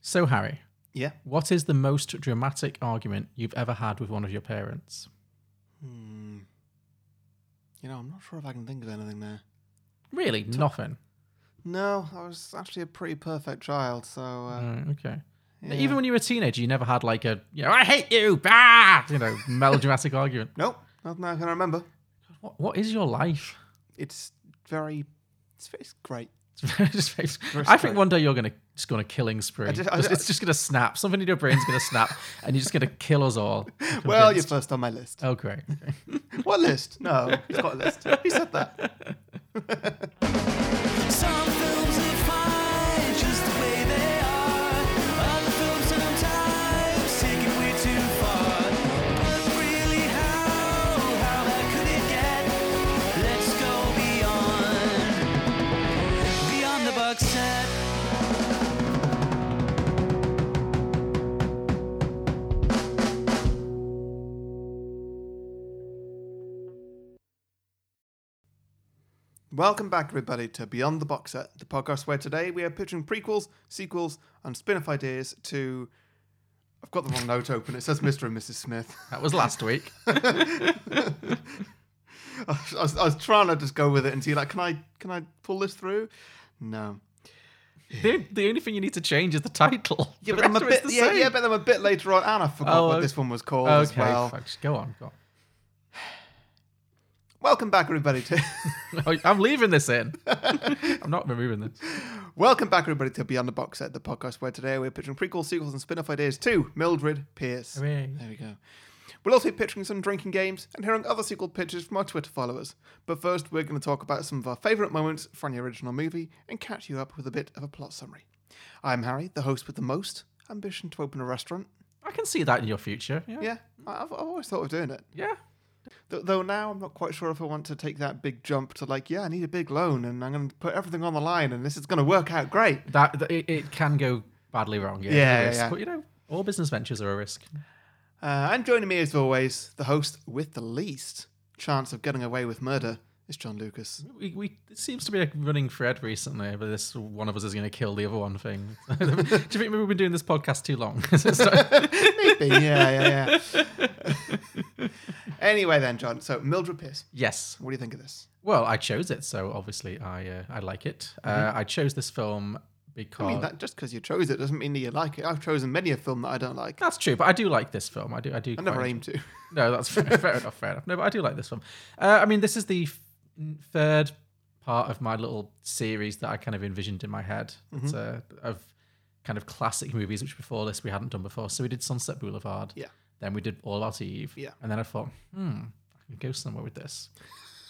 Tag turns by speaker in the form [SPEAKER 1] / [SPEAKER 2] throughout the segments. [SPEAKER 1] So, Harry,
[SPEAKER 2] Yeah.
[SPEAKER 1] what is the most dramatic argument you've ever had with one of your parents?
[SPEAKER 2] Hmm. You know, I'm not sure if I can think of anything there.
[SPEAKER 1] Really, nothing.
[SPEAKER 2] No, I was actually a pretty perfect child, so uh,
[SPEAKER 1] Oh, okay.
[SPEAKER 2] yeah.
[SPEAKER 1] Even when you were a teenager, you never had like a, you know, I hate you, bah, you know, melodramatic argument.
[SPEAKER 2] nope, nothing I can remember.
[SPEAKER 1] What, what is your life?
[SPEAKER 2] It's very, it's, it's great.
[SPEAKER 1] Just face- I think one day you're gonna just go on a killing spree.
[SPEAKER 2] I just- I
[SPEAKER 1] Just-
[SPEAKER 2] just-
[SPEAKER 1] it's just gonna snap. Something in your brain's gonna snap, and you're just gonna kill us all. I'm
[SPEAKER 2] Well, you're
[SPEAKER 1] convinced.
[SPEAKER 2] first on my list.
[SPEAKER 1] oh great. Okay.
[SPEAKER 2] What list? No, he's got a list. He said that.
[SPEAKER 3] Some films are fine just the way they are. Other films sometimes take it way too far. But really, how, how bad could it get? Let's go beyond, beyond the box set.
[SPEAKER 2] Welcome back, everybody, to Beyond the Box Set, the podcast where today we are pitching prequels, sequels, and spin off ideas to. I've got the wrong note open. It says Mr. and Mrs. Smith.
[SPEAKER 1] That was last week.
[SPEAKER 2] I was, I was trying to just go with it and see, like, can I can I pull this through? No.
[SPEAKER 1] the, the only thing you need to change is the title.
[SPEAKER 2] Yeah,
[SPEAKER 1] The
[SPEAKER 2] but I'm a
[SPEAKER 1] rest of it's
[SPEAKER 2] bit.
[SPEAKER 1] the
[SPEAKER 2] Yeah,
[SPEAKER 1] same.
[SPEAKER 2] yeah, but I'm a bit later on, and I forgot
[SPEAKER 1] Oh,
[SPEAKER 2] what
[SPEAKER 1] okay.
[SPEAKER 2] this one was called as
[SPEAKER 1] okay,
[SPEAKER 2] well.
[SPEAKER 1] fuck, just go on. Go on.
[SPEAKER 2] Welcome back, everybody. To
[SPEAKER 1] Oh, I'm leaving this in. I'm not removing this.
[SPEAKER 2] welcome back, everybody, to Beyond the Box Set, the podcast where today we're pitching prequels, sequels, and spin-off ideas to Mildred Pierce.
[SPEAKER 1] Hooray.
[SPEAKER 2] There we go. We'll also be pitching some drinking games and hearing other sequel pitches from our Twitter followers. But first, we're going to talk about some of our favourite moments from the original movie and catch you up with a bit of a plot summary. I'm Harry, the host with the most ambition to open a restaurant.
[SPEAKER 1] I can see that in your future. Yeah.
[SPEAKER 2] Yeah, I- I've, I've always thought of doing it.
[SPEAKER 1] Yeah.
[SPEAKER 2] Th- Though now I'm not quite sure if I want to take that big jump to like, yeah, I need a big loan and I'm going to put everything on the line and this is going to work out great.
[SPEAKER 1] That, that- it, it can go badly wrong. Yeah. it's a
[SPEAKER 2] Yeah, yeah,
[SPEAKER 1] risk.
[SPEAKER 2] yeah.
[SPEAKER 1] But you know, all business ventures are a risk.
[SPEAKER 2] Uh, and joining me as always, the host with the least chance of getting away with murder is John Lucas.
[SPEAKER 1] We, we it seems to be a running thread recently, but this one of us is going to kill the other one thing. Do you think maybe we've been doing this podcast too long?
[SPEAKER 2] Maybe, yeah, yeah, yeah. anyway, then, John. So, Mildred Pierce,
[SPEAKER 1] yes.
[SPEAKER 2] what do you think of this?
[SPEAKER 1] Well, I chose it, so obviously I uh, I like it. Uh, I chose this film because
[SPEAKER 2] Mm-hmm. I mean, that, just because you chose it doesn't mean that you like it. I've chosen many a film that I don't like.
[SPEAKER 1] that's true, but I do like this film. I do. I do.
[SPEAKER 2] I never aim to.
[SPEAKER 1] No, that's fair, fair enough. Fair enough. No, but I do like this one. Uh, I mean, this is the f- third part of my little series that I kind of envisioned in my head.
[SPEAKER 2] Mm-hmm.
[SPEAKER 1] It's uh, of kind of classic movies, which before this we hadn't done before. So we did Sunset Boulevard.
[SPEAKER 2] Yeah.
[SPEAKER 1] Then we did All Out Eve.
[SPEAKER 2] Yeah.
[SPEAKER 1] And then I thought, hmm, I can go somewhere with this.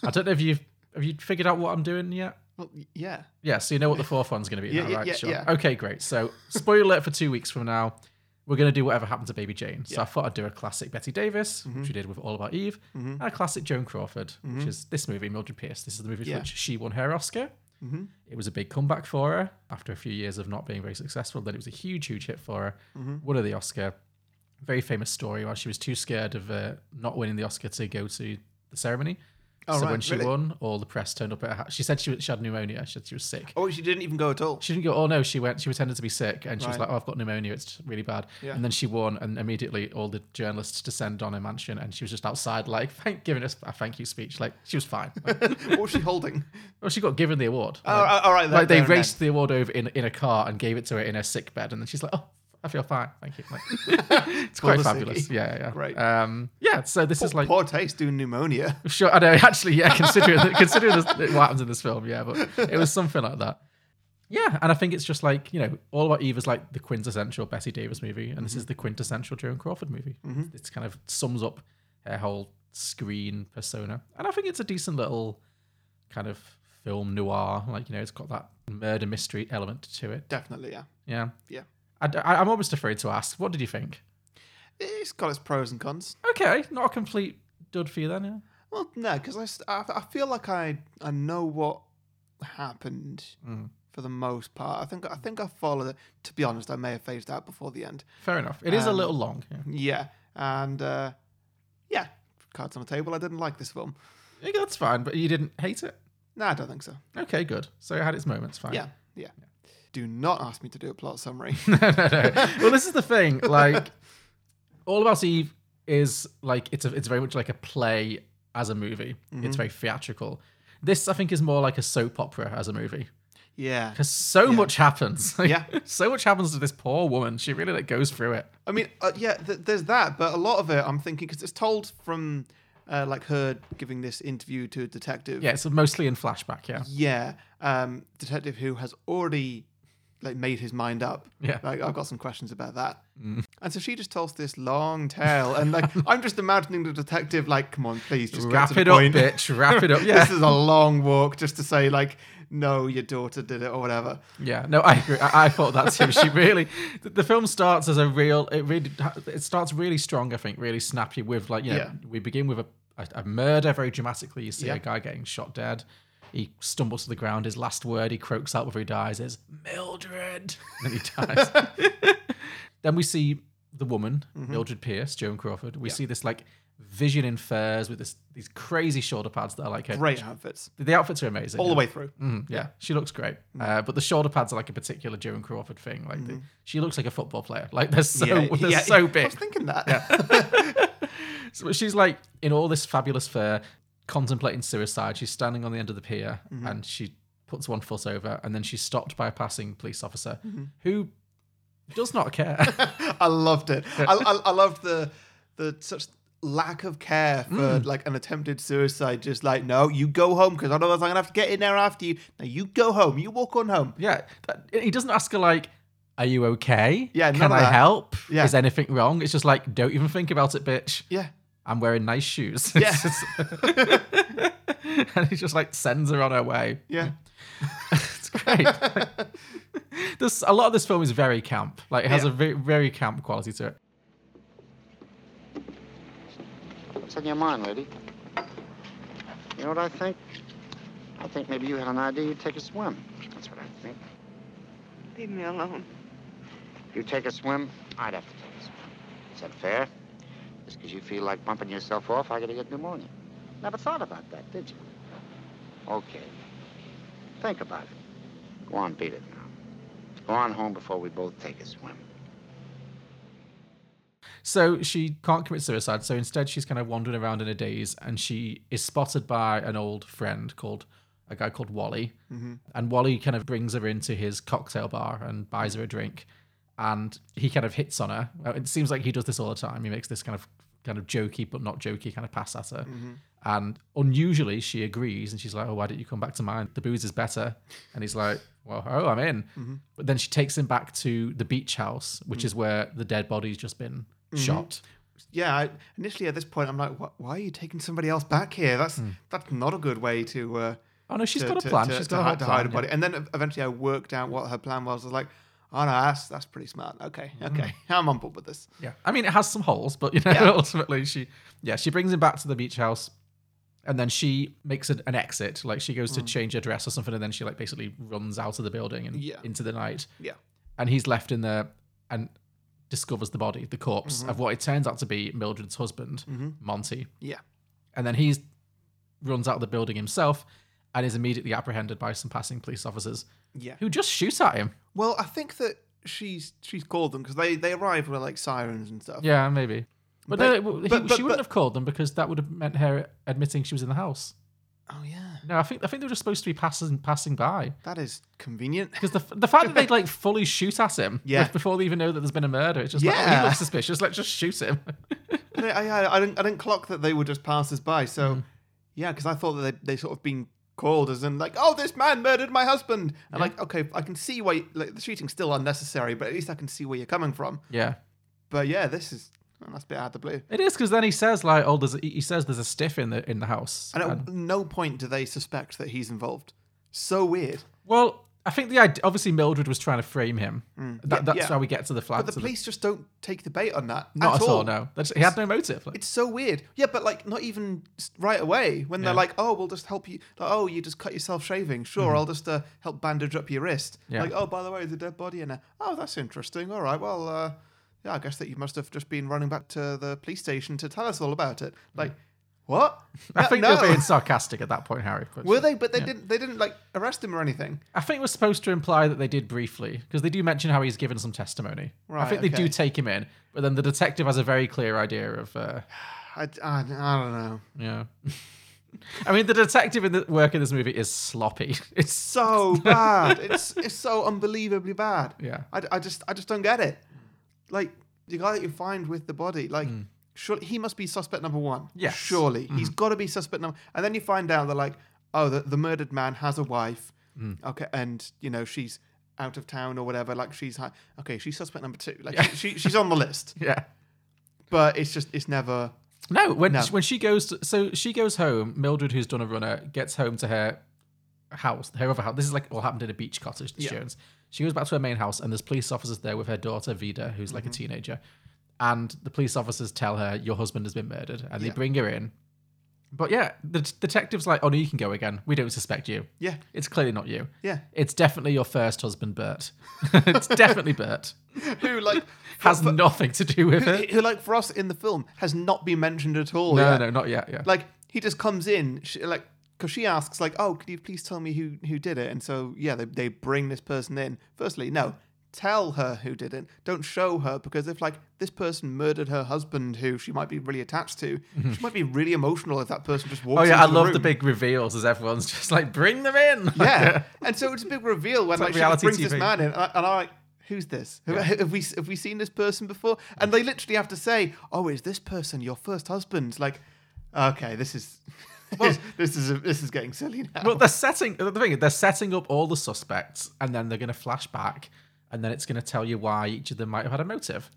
[SPEAKER 1] I don't know if you've have you figured out what I'm doing yet.
[SPEAKER 2] Well, y- yeah.
[SPEAKER 1] Yeah, so you know what the fourth one's going to be
[SPEAKER 2] Yeah,
[SPEAKER 1] now,
[SPEAKER 2] yeah,
[SPEAKER 1] right?
[SPEAKER 2] yeah,
[SPEAKER 1] sure.
[SPEAKER 2] yeah.
[SPEAKER 1] Okay, great. So, spoiler alert for two weeks from now, we're going to do whatever happened to Baby Jane. So, I thought I'd do a classic Betty Davis,
[SPEAKER 2] Mm-hmm.
[SPEAKER 1] which we did with All About Eve, and a classic Joan Crawford, which is this movie, Mildred Pierce. This is the movie
[SPEAKER 2] Yeah. Mm-hmm.
[SPEAKER 1] for which she won her Oscar. It was a big comeback for her after a few years of not being very successful. Then it was a huge, huge hit for her.
[SPEAKER 2] Mm-hmm.
[SPEAKER 1] Won her the Oscar. Very famous story where she was too scared of uh, not winning the Oscar to go to the ceremony.
[SPEAKER 2] Oh,
[SPEAKER 1] so
[SPEAKER 2] right,
[SPEAKER 1] when she
[SPEAKER 2] really?
[SPEAKER 1] won, all the press turned up at her house. She said she, was- she had pneumonia. She said she was sick.
[SPEAKER 2] Oh, she didn't even go at all.
[SPEAKER 1] She didn't go. Oh no, she went. She pretended to be sick, and she was
[SPEAKER 2] Right.
[SPEAKER 1] like, "Oh, I've got pneumonia. It's really bad."
[SPEAKER 2] Yeah.
[SPEAKER 1] And then she won, and immediately all the journalists descend on her mansion, and she was just outside, like thank, giving us a thank you speech. Like she was fine. Like,
[SPEAKER 2] what was she holding?
[SPEAKER 1] well, she got given the award.
[SPEAKER 2] Oh, all right, all
[SPEAKER 1] like
[SPEAKER 2] right. there
[SPEAKER 1] they
[SPEAKER 2] and then.
[SPEAKER 1] raced the award over in, in a car and gave it to her in her sick bed, and then she's like, "Oh, I feel fine. Thank you." Like, it's quite
[SPEAKER 2] Well,
[SPEAKER 1] fabulous.
[SPEAKER 2] sicky.
[SPEAKER 1] Yeah, yeah, yeah.
[SPEAKER 2] Great.
[SPEAKER 1] Um, yeah. So this is like
[SPEAKER 2] Oh, Poor taste doing pneumonia.
[SPEAKER 1] Sure, I know. Actually, yeah. Considering considering this, what happens in this film, yeah, but it was something like that. Yeah, and I think it's just like you know, all about Eve is like the quintessential Bessie Davis movie, and
[SPEAKER 2] Mm-hmm.
[SPEAKER 1] this is the quintessential Joan Crawford movie. It's kind of sums up her whole screen persona, and I think it's a decent little kind of film noir. Like you know, it's got that murder mystery element to it.
[SPEAKER 2] Definitely, yeah.
[SPEAKER 1] Yeah,
[SPEAKER 2] Yeah.
[SPEAKER 1] I, I, I'm almost afraid to ask. What did you think?
[SPEAKER 2] It's got its pros and cons.
[SPEAKER 1] Okay, not a complete dud for you then. Yeah.
[SPEAKER 2] Well, no, because I, st- I, I feel like I I know what happened for the most part. I think I think I followed it. To be honest, I may have phased out before the end.
[SPEAKER 1] Fair enough. It is a
[SPEAKER 2] Um,
[SPEAKER 1] little long. Yeah.
[SPEAKER 2] Yeah, and uh, yeah, cards on the table. I didn't like this film.
[SPEAKER 1] Yeah, that's fine, but you didn't hate it.
[SPEAKER 2] No, I don't think so.
[SPEAKER 1] Okay, good. So it had its moments, fine.
[SPEAKER 2] Yeah, yeah. Do not ask me to do a plot summary.
[SPEAKER 1] no, no, no. Well, this is the thing. Like, All About Eve is like it's a, it's very much like a play as a movie.
[SPEAKER 2] Mm-hmm.
[SPEAKER 1] It's very theatrical. This, I think, is more like a soap opera as a movie
[SPEAKER 2] yeah.
[SPEAKER 1] because so much happens. Like,
[SPEAKER 2] Yeah.
[SPEAKER 1] so much happens to this poor woman. She really like goes through it.
[SPEAKER 2] I mean, uh, yeah, th- there's that, but a lot of it I'm thinking because it's told from uh, like her giving this interview to a detective.
[SPEAKER 1] Yeah, it's mostly in flashback. Yeah,
[SPEAKER 2] Yeah. Um, detective who has already like made his mind up.
[SPEAKER 1] Yeah. Mm.
[SPEAKER 2] Like I've got some questions about that. And so she just tells this long tale, and like I'm just imagining the detective like, come on, please just get
[SPEAKER 1] wrap
[SPEAKER 2] to the
[SPEAKER 1] it up,
[SPEAKER 2] point.
[SPEAKER 1] bitch. Wrap it up. Yeah,
[SPEAKER 2] This is a long walk just to say like, no, your daughter did it or whatever.
[SPEAKER 1] Yeah, no, I agree. I, I thought that too. She really, the, the film starts as a real. It really, it starts really strong. I think really snappy with like, you know,
[SPEAKER 2] Yeah.
[SPEAKER 1] we begin with a, a, a murder very dramatically. You see
[SPEAKER 2] Yeah.
[SPEAKER 1] a guy getting shot dead. He stumbles to the ground. His last word he croaks out before he dies is Mildred, and then he dies. then we see the woman,
[SPEAKER 2] Mm-hmm.
[SPEAKER 1] Mildred Pierce, Joan Crawford. We see this like vision in furs with this these crazy shoulder pads that are like her.
[SPEAKER 2] Great outfits
[SPEAKER 1] The outfits are amazing.
[SPEAKER 2] all
[SPEAKER 1] yeah.
[SPEAKER 2] the way through.
[SPEAKER 1] Mm, yeah, she looks great.
[SPEAKER 2] Mm.
[SPEAKER 1] Uh, but the shoulder pads are like a particular Joan Crawford thing. Like the, she looks like a football player. Like they're so they're so
[SPEAKER 2] I
[SPEAKER 1] big.
[SPEAKER 2] was thinking that.
[SPEAKER 1] So she's like in all this fabulous fur, contemplating suicide. She's standing on the end of the pier
[SPEAKER 2] Mm-hmm.
[SPEAKER 1] and she puts one foot over, and then she's stopped by a passing police officer
[SPEAKER 2] Mm-hmm.
[SPEAKER 1] who does not care.
[SPEAKER 2] I loved it. I, I, I loved the the such lack of care for
[SPEAKER 1] Mm.
[SPEAKER 2] like an attempted suicide. Just like, no, you go home because otherwise I'm gonna have to get in there after you. Now you go home. You walk on home.
[SPEAKER 1] yeah, that, he doesn't ask her like. Are you okay?
[SPEAKER 2] Yeah, none
[SPEAKER 1] Can
[SPEAKER 2] of
[SPEAKER 1] I
[SPEAKER 2] that.
[SPEAKER 1] help?
[SPEAKER 2] Yeah.
[SPEAKER 1] Is anything wrong? It's just like, don't even think about it, bitch.
[SPEAKER 2] Yeah,
[SPEAKER 1] I'm wearing nice shoes.
[SPEAKER 2] Yeah.
[SPEAKER 1] and he just like sends her on her way.
[SPEAKER 2] yeah,
[SPEAKER 1] It's great. this a lot of this film is very camp. Like it has
[SPEAKER 2] Yeah.
[SPEAKER 1] a very, very camp quality to it.
[SPEAKER 4] What's on your mind, lady? You know what I think? I think maybe you had an idea you'd take a swim. That's what I think.
[SPEAKER 5] Leave me alone.
[SPEAKER 4] You take a swim, I'd have to take a swim. Is that fair? Just because you feel like bumping yourself off, I gotta get pneumonia. Never thought about that, did you? Okay. Think about it. Go on, beat it now. Go on home before we both take a swim.
[SPEAKER 1] So she can't commit suicide. So instead, she's kind of wandering around in a daze, and she is spotted by an old friend called a guy called Wally. And Wally kind of brings her into his cocktail bar and buys her a drink, and he kind of hits on her. Uh, It seems like he does this all the time. He makes this kind of kind of jokey but not jokey kind of pass at her.
[SPEAKER 2] Mm-hmm.
[SPEAKER 1] And unusually, she agrees, and she's like, "Oh, why didn't you come back to mine? The booze is better." And he's like, "Well, oh, I'm in."
[SPEAKER 2] Mm-hmm.
[SPEAKER 1] But then she takes him back to the beach house, which
[SPEAKER 2] Mm.
[SPEAKER 1] is where the dead body's just been
[SPEAKER 2] Mm-hmm.
[SPEAKER 1] shot.
[SPEAKER 2] yeah. I, initially, at this point, I'm like, "Wh- why are you taking somebody else back here? That's that's not a good way to. Uh,
[SPEAKER 1] Oh no, Mm. she's
[SPEAKER 2] to-
[SPEAKER 1] got a
[SPEAKER 2] to-
[SPEAKER 1] plan.
[SPEAKER 2] to-
[SPEAKER 1] she's
[SPEAKER 2] to
[SPEAKER 1] got a
[SPEAKER 2] hi-
[SPEAKER 1] whole
[SPEAKER 2] to
[SPEAKER 1] plan,
[SPEAKER 2] hide a
[SPEAKER 1] yeah.
[SPEAKER 2] body. And then ev- eventually, I worked out what her plan was. I was like, "Oh no, that's that's pretty smart. Okay,
[SPEAKER 1] Mm.
[SPEAKER 2] okay, I'm on board with this."
[SPEAKER 1] Yeah, I mean, it has some holes, but you know,
[SPEAKER 2] Yeah.
[SPEAKER 1] ultimately, she yeah, she brings him back to the beach house, and then she makes an, an exit. Like she goes
[SPEAKER 2] Mm.
[SPEAKER 1] to change her dress or something, and then she like basically runs out of the building and
[SPEAKER 2] Yeah.
[SPEAKER 1] into the night.
[SPEAKER 2] Yeah.
[SPEAKER 1] and he's left in there and discovers the body, the corpse
[SPEAKER 2] Mm-hmm.
[SPEAKER 1] of what it turns out to be Mildred's husband, Monty,
[SPEAKER 2] Yeah,
[SPEAKER 1] and then he's runs out of the building himself and is immediately apprehended by some passing police officers
[SPEAKER 2] yeah.
[SPEAKER 1] who just shoot at him.
[SPEAKER 2] Well, I think that she's she's called them because they they arrive with like sirens and stuff.
[SPEAKER 1] Yeah, maybe. But,
[SPEAKER 2] But-
[SPEAKER 1] no, he-
[SPEAKER 2] but- but-
[SPEAKER 1] she wouldn't
[SPEAKER 2] but-
[SPEAKER 1] have called them because that would have meant her admitting she was in the house.
[SPEAKER 2] Oh yeah,
[SPEAKER 1] No, I think I think they were just supposed to be passing passing by
[SPEAKER 2] that is convenient.
[SPEAKER 1] because the the fact that they like fully shoot at him
[SPEAKER 2] Yeah.
[SPEAKER 1] before they even know that there's been a murder, it's just like oh,
[SPEAKER 2] Yeah.
[SPEAKER 1] he looks suspicious. Let's just shoot him.
[SPEAKER 2] I, I, I didn't I didn't clock that they were just passers by.
[SPEAKER 1] Mm-hmm.
[SPEAKER 2] So yeah, because I thought that they they sort of been called as in like, oh, this man murdered my husband. And like, okay, I can see why like the shooting's still unnecessary, but at least I can see where you're coming from.
[SPEAKER 1] yeah,
[SPEAKER 2] But yeah, this is well, that's a bit out of the blue.
[SPEAKER 1] it is because then he says like oh there's a, he says there's a stiff in the in the house.
[SPEAKER 2] And
[SPEAKER 1] And-
[SPEAKER 2] at no point do they suspect that he's involved. So weird.
[SPEAKER 1] well, I think the idea, obviously Mildred was trying to frame him. That, that's
[SPEAKER 2] yeah.
[SPEAKER 1] how we get to the flag.
[SPEAKER 2] But the police just don't take the bait on that.
[SPEAKER 1] not at all. No, That's- he had no motive. Like,
[SPEAKER 2] It's so weird. Yeah, but like not even s- right away when
[SPEAKER 1] Yeah.
[SPEAKER 2] they're
[SPEAKER 1] Mm-hmm.
[SPEAKER 2] like, "Oh, we'll just help you." Like, "Oh, you just cut yourself shaving. Sure, I'll just uh, help bandage up your wrist."
[SPEAKER 1] Yeah.
[SPEAKER 2] Like, "Oh, by the way, there's a dead body in there." Oh, that's interesting. All right, well, uh, yeah, I guess that you must have just been running back to the police station to tell us all about it. Like, What?
[SPEAKER 1] Mm. I
[SPEAKER 2] No,
[SPEAKER 1] think
[SPEAKER 2] no.
[SPEAKER 1] they're being sarcastic at that point, Harry.
[SPEAKER 2] Were they? But they
[SPEAKER 1] Yeah.
[SPEAKER 2] didn't. They didn't like arrest him or anything.
[SPEAKER 1] I think we're supposed to imply that they did briefly because they do mention how he's given some testimony.
[SPEAKER 2] Right,
[SPEAKER 1] I think they do
[SPEAKER 2] okay.
[SPEAKER 1] take him in, but then the detective has a very clear idea of, uh,
[SPEAKER 2] I, I, I don't know.
[SPEAKER 1] you know. I mean, the detective in the work in this movie is sloppy. It's
[SPEAKER 2] So bad. It's it's so unbelievably bad.
[SPEAKER 1] yeah.
[SPEAKER 2] I, I just I just don't get it. Like the guy that you find with the body, like sure he must be suspect number one.
[SPEAKER 1] Mm. Yes. Mm-hmm.
[SPEAKER 2] surely he's got to be suspect number. And then you find out that like oh the, the murdered man has a wife.
[SPEAKER 1] Mm.
[SPEAKER 2] Okay, and you know she's out of town or whatever. Like she's hi- okay, she's suspect number two. Like
[SPEAKER 1] Yeah.
[SPEAKER 2] she she's on the list,
[SPEAKER 1] Yeah.
[SPEAKER 2] but it's just it's never
[SPEAKER 1] No, when
[SPEAKER 2] No.
[SPEAKER 1] when she goes, to, so she goes home. Mildred, who's done a runner, gets home to her house, her other house. This is like all happened in a beach cottage. This
[SPEAKER 2] Yeah.
[SPEAKER 1] Jones. She goes back to her main house, and there's police officers there with her daughter Vida, who's like a
[SPEAKER 2] Mm-hmm.
[SPEAKER 1] teenager. And the police officers tell her, "Your husband has been murdered," and they
[SPEAKER 2] Yeah.
[SPEAKER 1] bring her in. But yeah, the t- detective's like, "Oh no, you can go again. We don't suspect you.
[SPEAKER 2] yeah
[SPEAKER 1] It's clearly not you.
[SPEAKER 2] yeah.
[SPEAKER 1] It's definitely your first husband, Bert. it's definitely Bert.
[SPEAKER 2] Who like
[SPEAKER 1] Has
[SPEAKER 2] for,
[SPEAKER 1] nothing to do with
[SPEAKER 2] who,
[SPEAKER 1] it.
[SPEAKER 2] who like for us in the film has not been mentioned at all.
[SPEAKER 1] No,
[SPEAKER 2] yeah.
[SPEAKER 1] no, not yet. Yeah,
[SPEAKER 2] like he just comes in she, like because she asks like oh could you please tell me who who did it and so yeah they, they bring this person in firstly no tell her who did it don't show her because if like this person murdered her husband who she might be really attached to she might be really emotional if that person just walks
[SPEAKER 1] Mm-hmm. Oh yeah, I
[SPEAKER 2] into
[SPEAKER 1] love the
[SPEAKER 2] room.
[SPEAKER 1] big reveals as everyone's just like, bring them in. Like,
[SPEAKER 2] yeah and so it's a big reveal when
[SPEAKER 1] like
[SPEAKER 2] like, she just
[SPEAKER 1] reality
[SPEAKER 2] brings this
[SPEAKER 1] TV.
[SPEAKER 2] man in and, I, and i'm like Who's this? Who- Have we have we seen this person before? And they literally have to say, "Oh, is this person your first husband?" Like, okay, this is this is this is getting silly now.
[SPEAKER 1] Well, they're setting the thing. is, They're setting up all the suspects, and then they're going to flash back, and then it's going to tell you why each of them might have had a motive.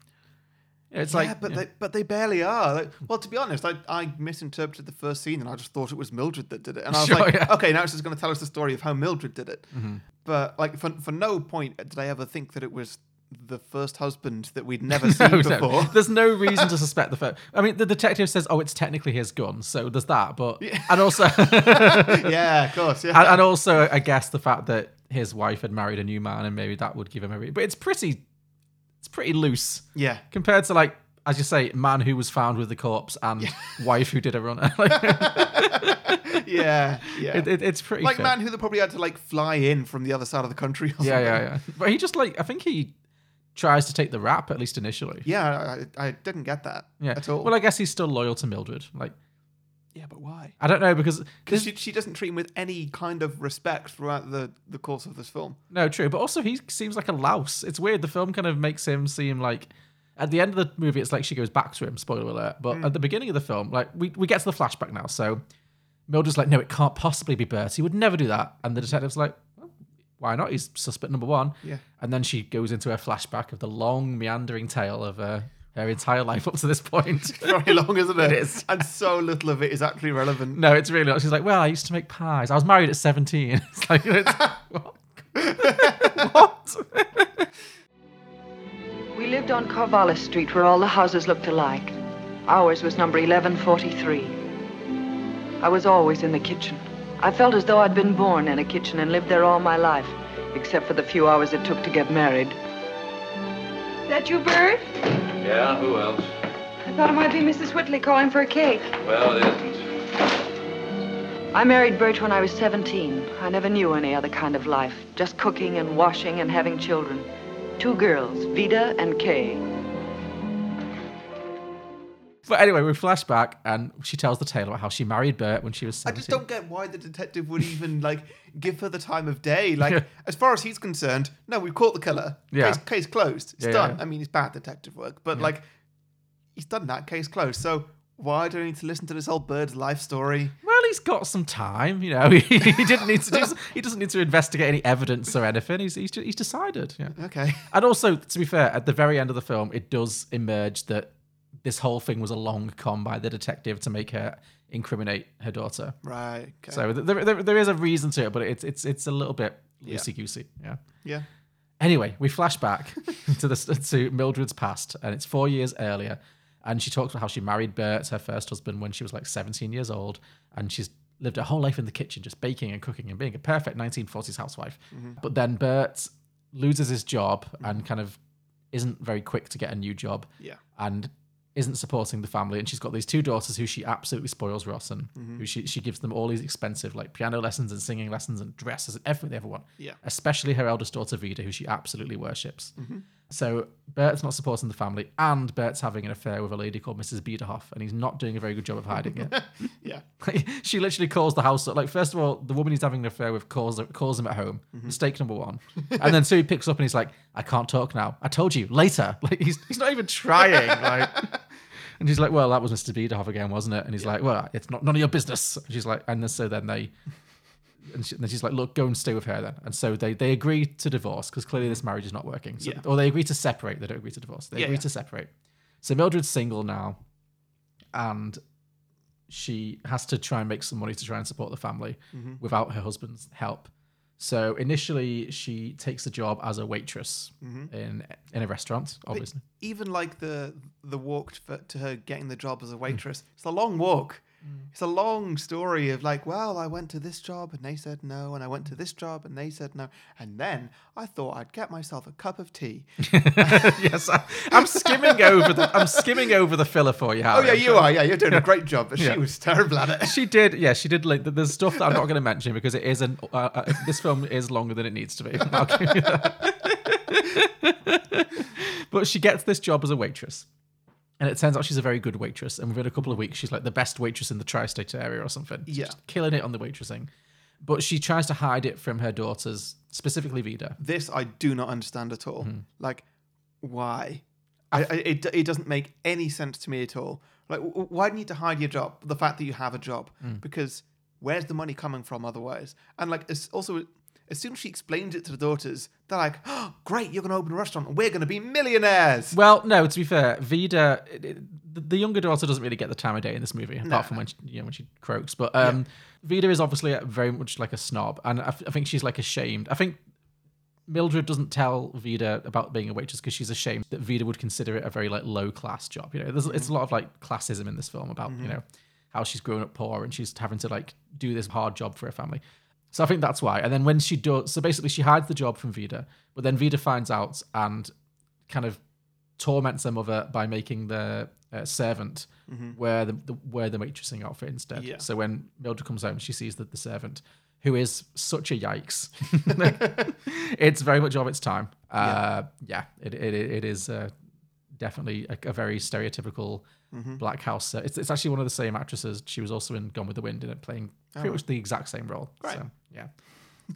[SPEAKER 1] It's
[SPEAKER 2] yeah,
[SPEAKER 1] like,
[SPEAKER 2] but
[SPEAKER 1] yeah.
[SPEAKER 2] they but they barely are. Like, well, to be honest, I, I misinterpreted the first scene and I just thought it was Mildred that did it, and I was
[SPEAKER 1] Sure,
[SPEAKER 2] like,
[SPEAKER 1] yeah. Mm-hmm.
[SPEAKER 2] okay, now it's just going to tell us the story of how Mildred did it. But like, for for no point did I ever think that it was the first husband that we'd never seen
[SPEAKER 1] No, no.
[SPEAKER 2] before.
[SPEAKER 1] There's no reason to suspect the first. I mean, the detective says, "Oh, it's technically his gun," so there's that. But and also, and,
[SPEAKER 2] yeah, of course. Yeah.
[SPEAKER 1] and also, I guess the fact that his wife had married a new man, and maybe that would give him a. Re- but it's pretty, it's pretty loose.
[SPEAKER 2] yeah.
[SPEAKER 1] compared to like as you say man who was found with the corpse and wife who did a runner
[SPEAKER 2] Yeah. Yeah.
[SPEAKER 1] it, it, it's pretty
[SPEAKER 2] like
[SPEAKER 1] fair.
[SPEAKER 2] man who they probably had to like fly in from the other side of the country. Or
[SPEAKER 1] yeah
[SPEAKER 2] something.
[SPEAKER 1] yeah yeah but he just like i think he tries to take the rap at least initially
[SPEAKER 2] Yeah, I, I didn't get that
[SPEAKER 1] yeah
[SPEAKER 2] at all.
[SPEAKER 1] well i guess he's still loyal to mildred like
[SPEAKER 2] yeah, but why?
[SPEAKER 1] i don't know because this,
[SPEAKER 2] Because she, she doesn't treat him with any kind of respect throughout the, the course of this film.
[SPEAKER 1] no true but also he seems like a louse it's weird the film kind of makes him seem like at the end of the movie it's like she goes back to him spoiler alert but at the beginning of the film like we, we get to the flashback now so mildred's like no it can't possibly be bert he would never do that and the detective's like well, why not he's suspect number one
[SPEAKER 2] Yeah.
[SPEAKER 1] And then she goes into her flashback of the long meandering tale of uh, her entire life up to this point.
[SPEAKER 2] Very long, isn't it?
[SPEAKER 1] It is.
[SPEAKER 2] And so little of it is actually relevant.
[SPEAKER 1] no, it's really not. She's like, well, I used to make pies. I was married at 17. It's like, it's, what? what?
[SPEAKER 6] We lived on Corvallis Street where all the houses looked alike. Ours was number 1143. I was always in the kitchen. I felt as though I'd been born in a kitchen and lived there all my life, except for the few hours it took to get married. That you, Bert?
[SPEAKER 7] Yeah, who else?
[SPEAKER 6] I thought it might be Mrs. Whitley calling for a cake.
[SPEAKER 7] Well, it isn't.
[SPEAKER 6] I married Bert when I was 17. I never knew any other kind of life, just cooking and washing and having children. Two girls, Vida and Kay.
[SPEAKER 1] But anyway, we flash back and she tells the tale about how she married Bert when she was
[SPEAKER 2] I
[SPEAKER 1] 17.
[SPEAKER 2] just don't get why the detective would even like give her the time of day. Like, as far as he's concerned, no, we've caught the killer.
[SPEAKER 1] Yeah.
[SPEAKER 2] Case, case closed. It's
[SPEAKER 1] Yeah, yeah,
[SPEAKER 2] done.
[SPEAKER 1] yeah.
[SPEAKER 2] I mean, it's bad detective work, but like, he's done that. Case closed. So why do I need to listen to this old bird's life story?
[SPEAKER 1] Well, he's got some time, you know. He, he didn't need to do. He doesn't need to investigate any evidence or anything. He's he's, he's decided. Yeah.
[SPEAKER 2] Okay.
[SPEAKER 1] And also, to be fair, at the very end of the film, it does emerge that this whole thing was a long con by the detective to make her incriminate her daughter.
[SPEAKER 2] Right. Okay.
[SPEAKER 1] So th- there, there, there is a reason to it, but it's it's it's a little bit loosey goosey. Yeah.
[SPEAKER 2] yeah.
[SPEAKER 1] Anyway, we flash back to the to Mildred's past, and it's four years earlier, and she talks about how she married Bert, her first husband, when she was like 17 years old, and she's lived her whole life in the kitchen, just baking and cooking and being a perfect 1940s housewife. But then Bert loses his job and kind of isn't very quick to get a new job,
[SPEAKER 2] Yeah.
[SPEAKER 1] and isn't supporting the family, and she's got these two daughters who she absolutely spoils Ross and
[SPEAKER 2] Mm-hmm.
[SPEAKER 1] who she, she gives them all these expensive like piano lessons and singing lessons and dresses and everything they ever want.
[SPEAKER 2] Yeah.
[SPEAKER 1] Especially her eldest daughter Vida, who she absolutely worships.
[SPEAKER 2] Mm-hmm.
[SPEAKER 1] So Bert's not supporting the family, and Bert's having an affair with a lady called Mrs. Biederhoff, and he's not doing a very good job of hiding it.
[SPEAKER 2] Yeah.
[SPEAKER 1] Like, she literally calls the house up. Like, first of all, the woman he's having an affair with calls calls him at home. Mistake number one. And then so he picks up and he's like, "I can't talk now. I told you later." Like he's he's not even trying. Like, and she's like, "Well, that was Mr. Biederhoff again, wasn't it?" And he's like, "Well, it's not none of your business." And she's like, and then, so then they. And, she, and then she's like, "Look, go and stay with her then." And so they they agree to divorce because clearly this marriage is not working. So,
[SPEAKER 2] Yeah.
[SPEAKER 1] Or they agree to separate. They don't agree to divorce. They
[SPEAKER 2] Yeah,
[SPEAKER 1] agree
[SPEAKER 2] yeah.
[SPEAKER 1] to separate. So Mildred's single now, and she has to try and make some money to try and support the family
[SPEAKER 2] Mm-hmm.
[SPEAKER 1] without her husband's help. So initially, she takes a job as a waitress
[SPEAKER 2] Mm-hmm.
[SPEAKER 1] in in a restaurant, obviously.
[SPEAKER 2] Even like the the walk to, to her getting the job as a waitress, it's a long walk. It's a long story of like, well, I went to this job and they said no, and I went to this job and they said no, and then I thought I'd get myself a cup of tea.
[SPEAKER 1] yes, I, I'm skimming over the I'm skimming over the filler for you.
[SPEAKER 2] Oh
[SPEAKER 1] Harry.
[SPEAKER 2] yeah, you are. Yeah, you're doing a great job, but
[SPEAKER 1] Yeah.
[SPEAKER 2] she was terrible at it.
[SPEAKER 1] She did, yeah, she did. Like, there's stuff that I'm not going to mention because it is an. Uh, uh, this film is longer than it needs to be. I'll give you that. but she gets this job as a waitress, and it turns out she's a very good waitress. And within a couple of weeks, she's like the best waitress in the tri-state area or something. She's
[SPEAKER 2] Yeah.
[SPEAKER 1] just killing it on the waitressing. But she tries to hide it from her daughters, specifically Vida.
[SPEAKER 2] This I do not understand at all. Like, why? I, I, it, do- it doesn't make any sense to me at all. Like, w- w- why do you need to hide your job? The fact that you have a job, because where's the money coming from otherwise? And like, as, also, as soon as she explains it to the daughters, they're like, oh, "Great, you're going to open a restaurant, and we're going to be millionaires."
[SPEAKER 1] Well, no. To be fair, Vida, it- it- the- the younger daughter, doesn't really get the time of day in this movie, apart from when she, you know, when she croaks. But um, Vida is obviously very much like a snob, and I, f- I think she's like ashamed. I think Mildred doesn't tell Vida about being a waitress because she's ashamed that Vida would consider it a very like low class job. You know, there's it's a lot of like classism in this film about you know how she's grown up poor and she's having to like do this hard job for her family. So I think that's why. And then when she does, so basically she hides the job from Vida, but then Vida finds out and kind of torments her mother by making the uh, servant wear the, the wear the waitressing outfit instead.
[SPEAKER 2] Yeah.
[SPEAKER 1] So when Mildred comes home, she sees that the servant, who is such a yikes, it's very much of its time. Uh, yeah. it it it is uh, definitely a, a very stereotypical black house. ser- It's it's actually one of the same actresses. She was also in Gone with the Wind and it playing pretty much the exact same role. So yeah.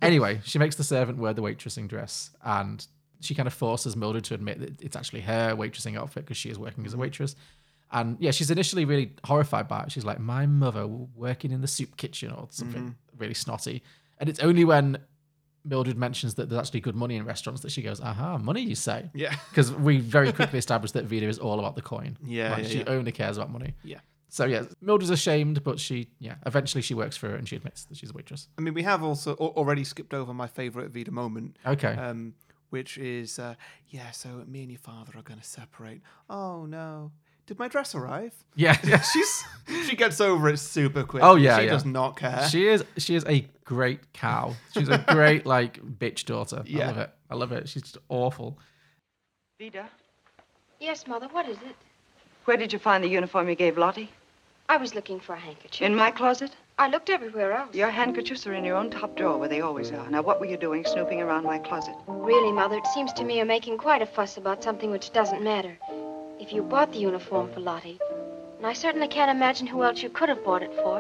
[SPEAKER 1] anyway, she makes the servant wear the waitressing dress and she kind of forces Mildred to admit that it's actually her waitressing outfit because she is working
[SPEAKER 2] Mm-hmm.
[SPEAKER 1] as a waitress. And yeah, she's initially really horrified by it. She's like, my mother working in the soup kitchen or something
[SPEAKER 2] Mm-hmm.
[SPEAKER 1] really snotty. And it's only when Mildred mentions that there's actually good money in restaurants that she goes, aha, money, you say?
[SPEAKER 2] Yeah.
[SPEAKER 1] Because we very quickly established that Vida is all about the coin.
[SPEAKER 2] Yeah,
[SPEAKER 1] Like,
[SPEAKER 2] yeah,
[SPEAKER 1] she
[SPEAKER 2] yeah.
[SPEAKER 1] only cares about money.
[SPEAKER 2] Yeah.
[SPEAKER 1] So yeah, Mildred's ashamed, but she, yeah, eventually she works for it and she admits that she's a waitress.
[SPEAKER 2] I mean, we have also al- already skipped over my favorite Vita moment.
[SPEAKER 1] Okay.
[SPEAKER 2] Um, which is, uh, yeah, so me and your father are going to separate. Oh, no. Did my dress arrive?
[SPEAKER 1] yeah. yeah.
[SPEAKER 2] She's she gets over it super quick.
[SPEAKER 1] Oh, yeah,
[SPEAKER 2] she
[SPEAKER 1] yeah.
[SPEAKER 2] does not care.
[SPEAKER 1] She is she is a great cow. She's a great like bitch daughter. I
[SPEAKER 2] Yeah.
[SPEAKER 1] love it. I love it. She's just awful.
[SPEAKER 6] Vida,
[SPEAKER 8] Yes, Mother, what is it?
[SPEAKER 6] where did you find the uniform you gave Lottie?
[SPEAKER 8] I was looking for a handkerchief.
[SPEAKER 6] In my closet?
[SPEAKER 8] I looked everywhere else.
[SPEAKER 6] Your handkerchiefs are in your own top drawer where they always are. Now, what were you doing snooping around my closet?
[SPEAKER 8] Really, Mother, it seems to me you're making quite a fuss about something which doesn't matter. If you bought the uniform for Lottie, and I certainly can't imagine who else you could have bought it for,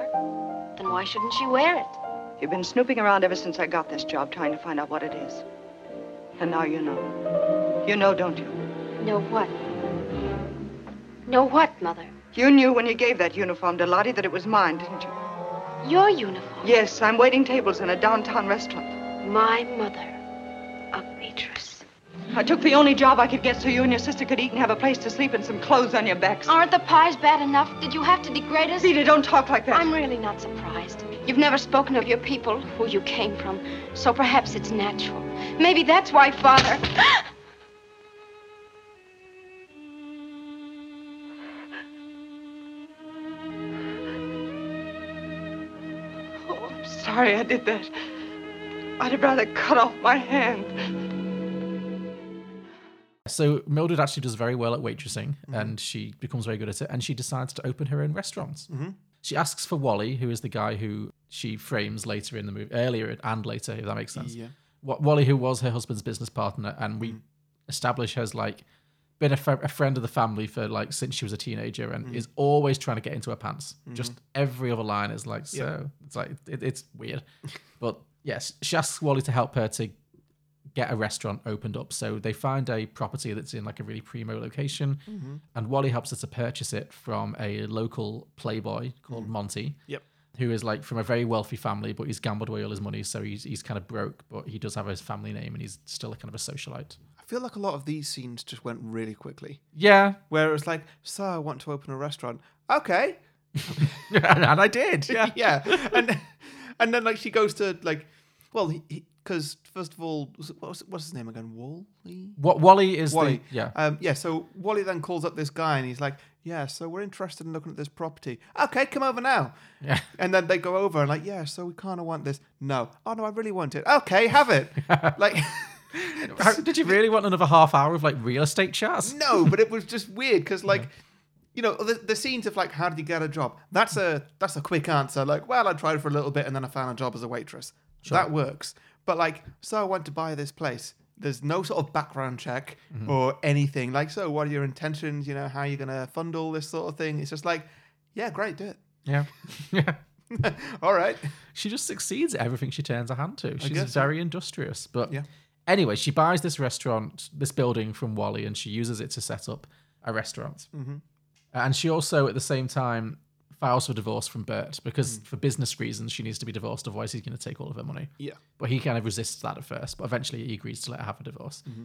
[SPEAKER 8] then why shouldn't she wear it?
[SPEAKER 6] You've been snooping around ever since I got this job trying to find out what it is. And now you know. You know, don't you?
[SPEAKER 8] Know what? Know what, Mother?
[SPEAKER 6] You knew when you gave that uniform to Lottie that it was mine, didn't you?
[SPEAKER 8] Your uniform.
[SPEAKER 6] Yes, I'm waiting tables in a downtown restaurant.
[SPEAKER 8] My mother, a waitress.
[SPEAKER 6] I took the only job I could get so you and your sister could eat and have a place to sleep and some clothes on your backs.
[SPEAKER 8] Aren't the pies bad enough? Did you have to degrade us?
[SPEAKER 6] Rita, don't talk like that.
[SPEAKER 8] I'm really not surprised. You've never spoken of your people, who you came from, so perhaps it's natural. Maybe that's why Father.
[SPEAKER 6] Oh, I'm sorry I did that. I'd have rather cut off my hand.
[SPEAKER 1] so Mildred actually does very well at waitressing
[SPEAKER 2] Mm-hmm.
[SPEAKER 1] and she becomes very good at it and she decides to open her own restaurants.
[SPEAKER 2] Mm-hmm.
[SPEAKER 1] She asks for Wally, who is the guy who she frames later in the movie, earlier and later, if that makes sense.
[SPEAKER 2] Yeah. Mm-hmm.
[SPEAKER 1] Wa- Wally, who was her husband's business partner, and we establish has like been a, fr- a friend of the family for like since she was a teenager and is always trying to get into her pants. Just every other line is like, so it's like, it, it's weird. but yes, she asks Wally to help her to get a restaurant opened up. So they find a property that's in like a really primo location, and Wally helps her to purchase it from a local playboy called Monty,
[SPEAKER 2] Yep.
[SPEAKER 1] who is like from a very wealthy family, but he's gambled away all his money, so he's he's kind of broke, but he does have his family name, and he's still a kind of a socialite.
[SPEAKER 2] I feel like a lot of these scenes just went really quickly.
[SPEAKER 1] Yeah,
[SPEAKER 2] Where it was like, so I want to open a restaurant. Okay.
[SPEAKER 1] and I did. Yeah,
[SPEAKER 2] yeah. And and then like she goes to like, well, because first of all, was it- what was, what's his name again? Wally.
[SPEAKER 1] what Wally is?
[SPEAKER 2] Wally.
[SPEAKER 1] The, yeah,
[SPEAKER 2] Um, yeah. So Wally then calls up this guy and he's like, yeah. So we're interested in looking at this property. Okay, come over now.
[SPEAKER 1] yeah.
[SPEAKER 2] And then they go over and like, yeah. So we kind of want this. No. Oh no, I really want it. Okay, have it. like.
[SPEAKER 1] How- did you really want another half hour of like real estate chats?
[SPEAKER 2] No, but it was just weird because like. You know the, the scenes of like how did you get a job? That's a that's a quick answer. Like, well, I tried for a little bit and then I found a job as a waitress. That works. But like, so I want to buy this place. There's no sort of background check or anything. Like, so what are your intentions? You know, how are you gonna fund all this sort of thing? It's just like, yeah, great, do
[SPEAKER 1] Yeah, yeah.
[SPEAKER 2] it. all right.
[SPEAKER 1] she just succeeds at everything she turns her hand to. She's
[SPEAKER 2] guess so.
[SPEAKER 1] very industrious. But
[SPEAKER 2] Yeah.
[SPEAKER 1] anyway, she buys this restaurant, this building from Wally, and she uses it to set up a restaurant.
[SPEAKER 2] Mm-hmm.
[SPEAKER 1] And she also, at the same time, files for divorce from Bert because,
[SPEAKER 2] Mm.
[SPEAKER 1] for business reasons, she needs to be divorced. Otherwise, he's going to take all of her money.
[SPEAKER 2] Yeah.
[SPEAKER 1] But he kind of resists that at first, but eventually he agrees to let her have a divorce.
[SPEAKER 2] Mm-hmm.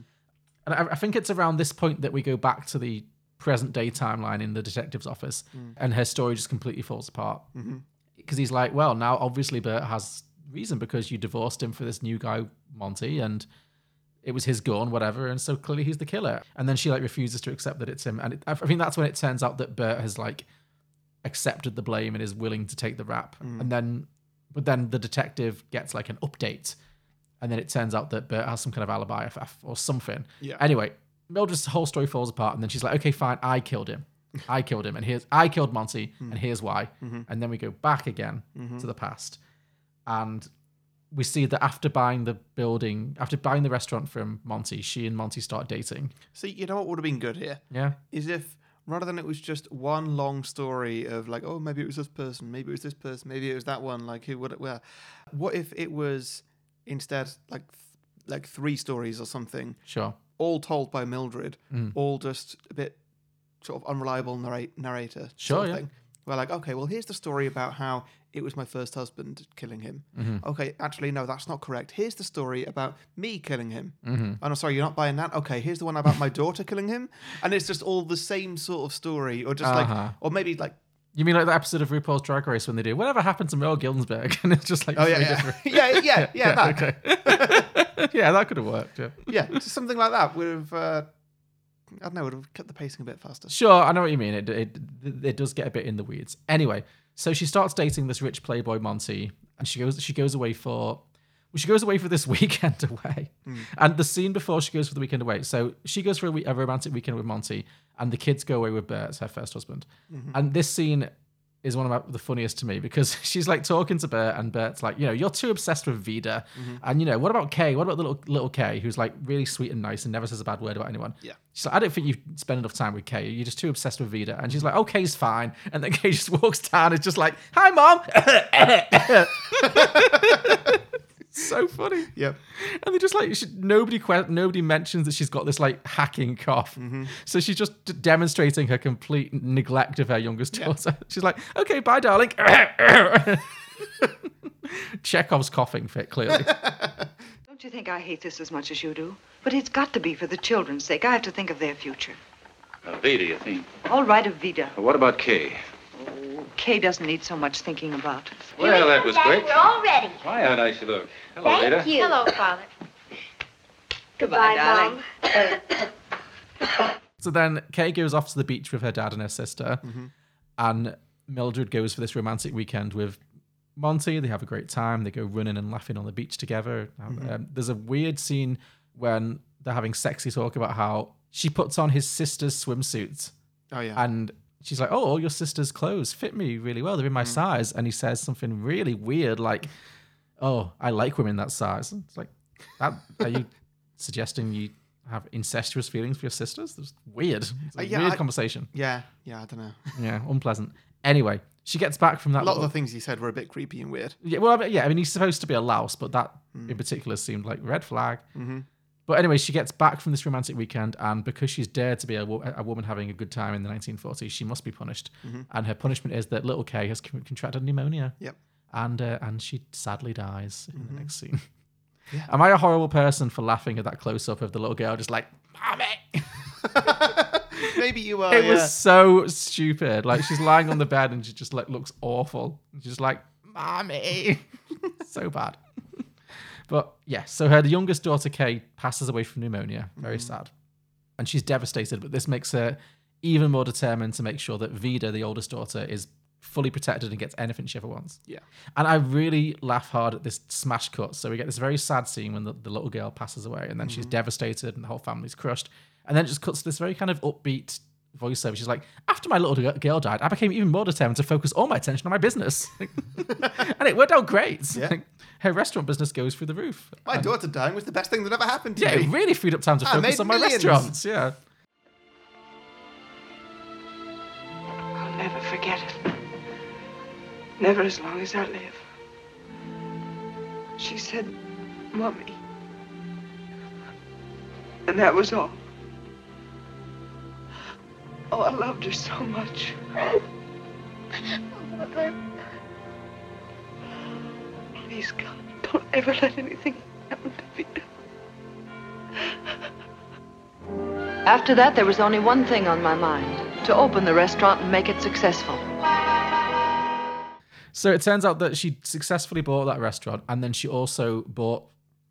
[SPEAKER 1] And I, I think it's around this point that we go back to the present day timeline in the detective's office,
[SPEAKER 2] Mm.
[SPEAKER 1] and her story just completely falls apart.
[SPEAKER 2] Mm-hmm.
[SPEAKER 1] Because he's like, well, now obviously Bert has reason because you divorced him for this new guy, Monty, and it was his gun, whatever, and so clearly he's the killer. And then she like refuses to accept that it's him, and it, I think that's when it turns out that Bert has like accepted the blame and is willing to take the rap. And then, but then the detective gets like an update, and then it turns out that Bert has some kind of alibi or- or something.
[SPEAKER 2] Yeah.
[SPEAKER 1] Anyway, Mildred's whole story falls apart, and then she's like, "Okay, fine, I killed him. I killed him, and here's I killed Monty,
[SPEAKER 2] Mm-hmm.
[SPEAKER 1] and here's why." And then we go back again to the past, and we see that after buying the building, after buying the restaurant from Monty, she and Monty start dating.
[SPEAKER 2] So you know what would have been good here?
[SPEAKER 1] Yeah.
[SPEAKER 2] is if rather than it was just one long story of like, oh, maybe it was this person, maybe it was this person, maybe it was that one, like who would it where? What if it was instead like th- like three stories or something,
[SPEAKER 1] Sure.
[SPEAKER 2] all told by Mildred,
[SPEAKER 1] Mm.
[SPEAKER 2] all just a bit sort of unreliable narrate, narrator.
[SPEAKER 1] Sure,
[SPEAKER 2] sort of
[SPEAKER 1] yeah.
[SPEAKER 2] Thing. We're like, okay, well, here's the story about how it was my first husband killing him.
[SPEAKER 1] Mm-hmm.
[SPEAKER 2] Okay, actually, no, that's not correct. Here's the story about me killing him. Mm-hmm. And I'm sorry, you're not buying that. Okay, here's the one about my daughter killing him. And it's just all the same sort of story, or just
[SPEAKER 1] Uh-huh.
[SPEAKER 2] like, or maybe like,
[SPEAKER 1] You mean like the episode of RuPaul's Drag Race when they do whatever happened to Mel Gildenberg, and it's just like
[SPEAKER 2] oh yeah,
[SPEAKER 1] three
[SPEAKER 2] yeah,
[SPEAKER 1] different-
[SPEAKER 2] yeah, yeah, yeah, that.
[SPEAKER 1] okay. yeah, that could have worked. Yeah.
[SPEAKER 2] yeah, just something like that. Would have, uh, I don't know, would have kept the pacing a bit faster.
[SPEAKER 1] Sure, I know what you mean. It, it it does get a bit in the weeds. Anyway, so she starts dating this rich playboy Monty, and she goes she goes away for well, she goes away for this weekend away. And the scene before she goes for the weekend away, so she goes for a, week, a romantic weekend with Monty, and the kids go away with Bert, her first husband. And this scene is one of my, the funniest to me because she's like talking to Bert, and Bert's like, you know, you're too obsessed with Vida, and you know, what about Kay? What about little little Kay, who's like really sweet and nice and never says a bad word about anyone?
[SPEAKER 2] Yeah.
[SPEAKER 1] She's like, I don't think you spend enough time with Kay. You're just too obsessed with Vida. And she's like, oh, Kay's fine. And then Kay just walks down. It's just like, hi, mom. so funny.
[SPEAKER 2] Yep.
[SPEAKER 1] And they just like she, nobody que- nobody mentions that she's got this like hacking cough. So she's just d- demonstrating her complete neglect of her youngest daughter. She's like, okay, bye, darling. Chekhov's coughing fit clearly.
[SPEAKER 6] Don't you think I hate this as much as you do? But it's got to be for the children's sake. I have to think of their future.
[SPEAKER 7] Uh, Veda, you think?
[SPEAKER 6] All right, Avita.
[SPEAKER 7] What about Kay?
[SPEAKER 6] Kay doesn't need so much thinking about.
[SPEAKER 7] Well, that was quick.
[SPEAKER 8] We're all ready.
[SPEAKER 7] Why, how nice you look. Hello, Veda.
[SPEAKER 8] Thank you. Hello, Father. Goodbye, Mom.
[SPEAKER 1] So then Kay goes off to the beach with her dad and her sister, and Mildred goes for this romantic weekend with Monty. They have a great time. They go running and laughing on the um, beach together. Um, there's a weird scene when they're having sexy talk about how she puts on his sister's swimsuits
[SPEAKER 2] Oh yeah.
[SPEAKER 1] and she's like, "Oh, all your sister's clothes fit me really well. They're in my
[SPEAKER 2] Mm.
[SPEAKER 1] size." And he says something really weird, like, "Oh, I like women that size." And It's like, that, are you suggesting you have incestuous feelings for your sisters? That's weird. It's a
[SPEAKER 2] Uh, yeah,
[SPEAKER 1] weird
[SPEAKER 2] I-
[SPEAKER 1] conversation.
[SPEAKER 2] yeah. Yeah. I don't know.
[SPEAKER 1] Yeah, unpleasant. Anyway, she gets back from that.
[SPEAKER 2] A lot of
[SPEAKER 1] little-
[SPEAKER 2] the things he said were a bit creepy and weird.
[SPEAKER 1] yeah, well, I mean, yeah. I mean, he's supposed to be a louse, but that in particular seemed like red flag.
[SPEAKER 2] Mhm.
[SPEAKER 1] But anyway, she gets back from this romantic weekend, and because she's dared to be a, wo- a woman having a good time in the 1940s, she must be punished. And her punishment is that little Kay has con- contracted pneumonia,
[SPEAKER 2] Yep.
[SPEAKER 1] and uh, and she sadly dies in
[SPEAKER 2] Mm-hmm.
[SPEAKER 1] the next scene. Am I a horrible person for laughing at that close up of the little girl just like, "Mommy"?
[SPEAKER 2] Maybe you are.
[SPEAKER 1] It
[SPEAKER 2] yeah.
[SPEAKER 1] was so stupid. Like she's lying on the bed and she just like looks awful. She's just like, "Mommy," so bad. But yes, so her youngest daughter Kay passes away from pneumonia. Very
[SPEAKER 2] Mm-hmm.
[SPEAKER 1] sad, and she's devastated. But this makes her even more determined to make sure that Vida, the oldest daughter, is fully protected and gets anything she ever wants.
[SPEAKER 2] Yeah.
[SPEAKER 1] And I really laugh hard at this smash cut. So we get this very sad scene when the, the little girl passes away, and then
[SPEAKER 2] Mm-hmm.
[SPEAKER 1] she's devastated, and the whole family's crushed. And then it just cuts to this very kind of upbeat voiceover. She's like, "After my little g- girl died, I became even more determined to focus all my attention on my business, and it worked out great.
[SPEAKER 2] Yeah.
[SPEAKER 1] Her restaurant business goes through the roof.
[SPEAKER 2] My daughter dying was the best thing that ever happened to
[SPEAKER 1] Um, Yeah,
[SPEAKER 2] me.
[SPEAKER 1] it really freed up time to
[SPEAKER 2] I
[SPEAKER 1] focus
[SPEAKER 2] Ah, made
[SPEAKER 1] on my
[SPEAKER 2] millions.
[SPEAKER 1] restaurants. Yeah.
[SPEAKER 5] I'll never forget it. Never as long as I live. She said, Mummy. And that was all. Oh, I loved her so much. Please, God, don't ever let anything happen to Vita.
[SPEAKER 6] After that, there was only one thing on my mind to open the restaurant and make it successful.
[SPEAKER 1] So it turns out that she successfully bought that restaurant, and then she also bought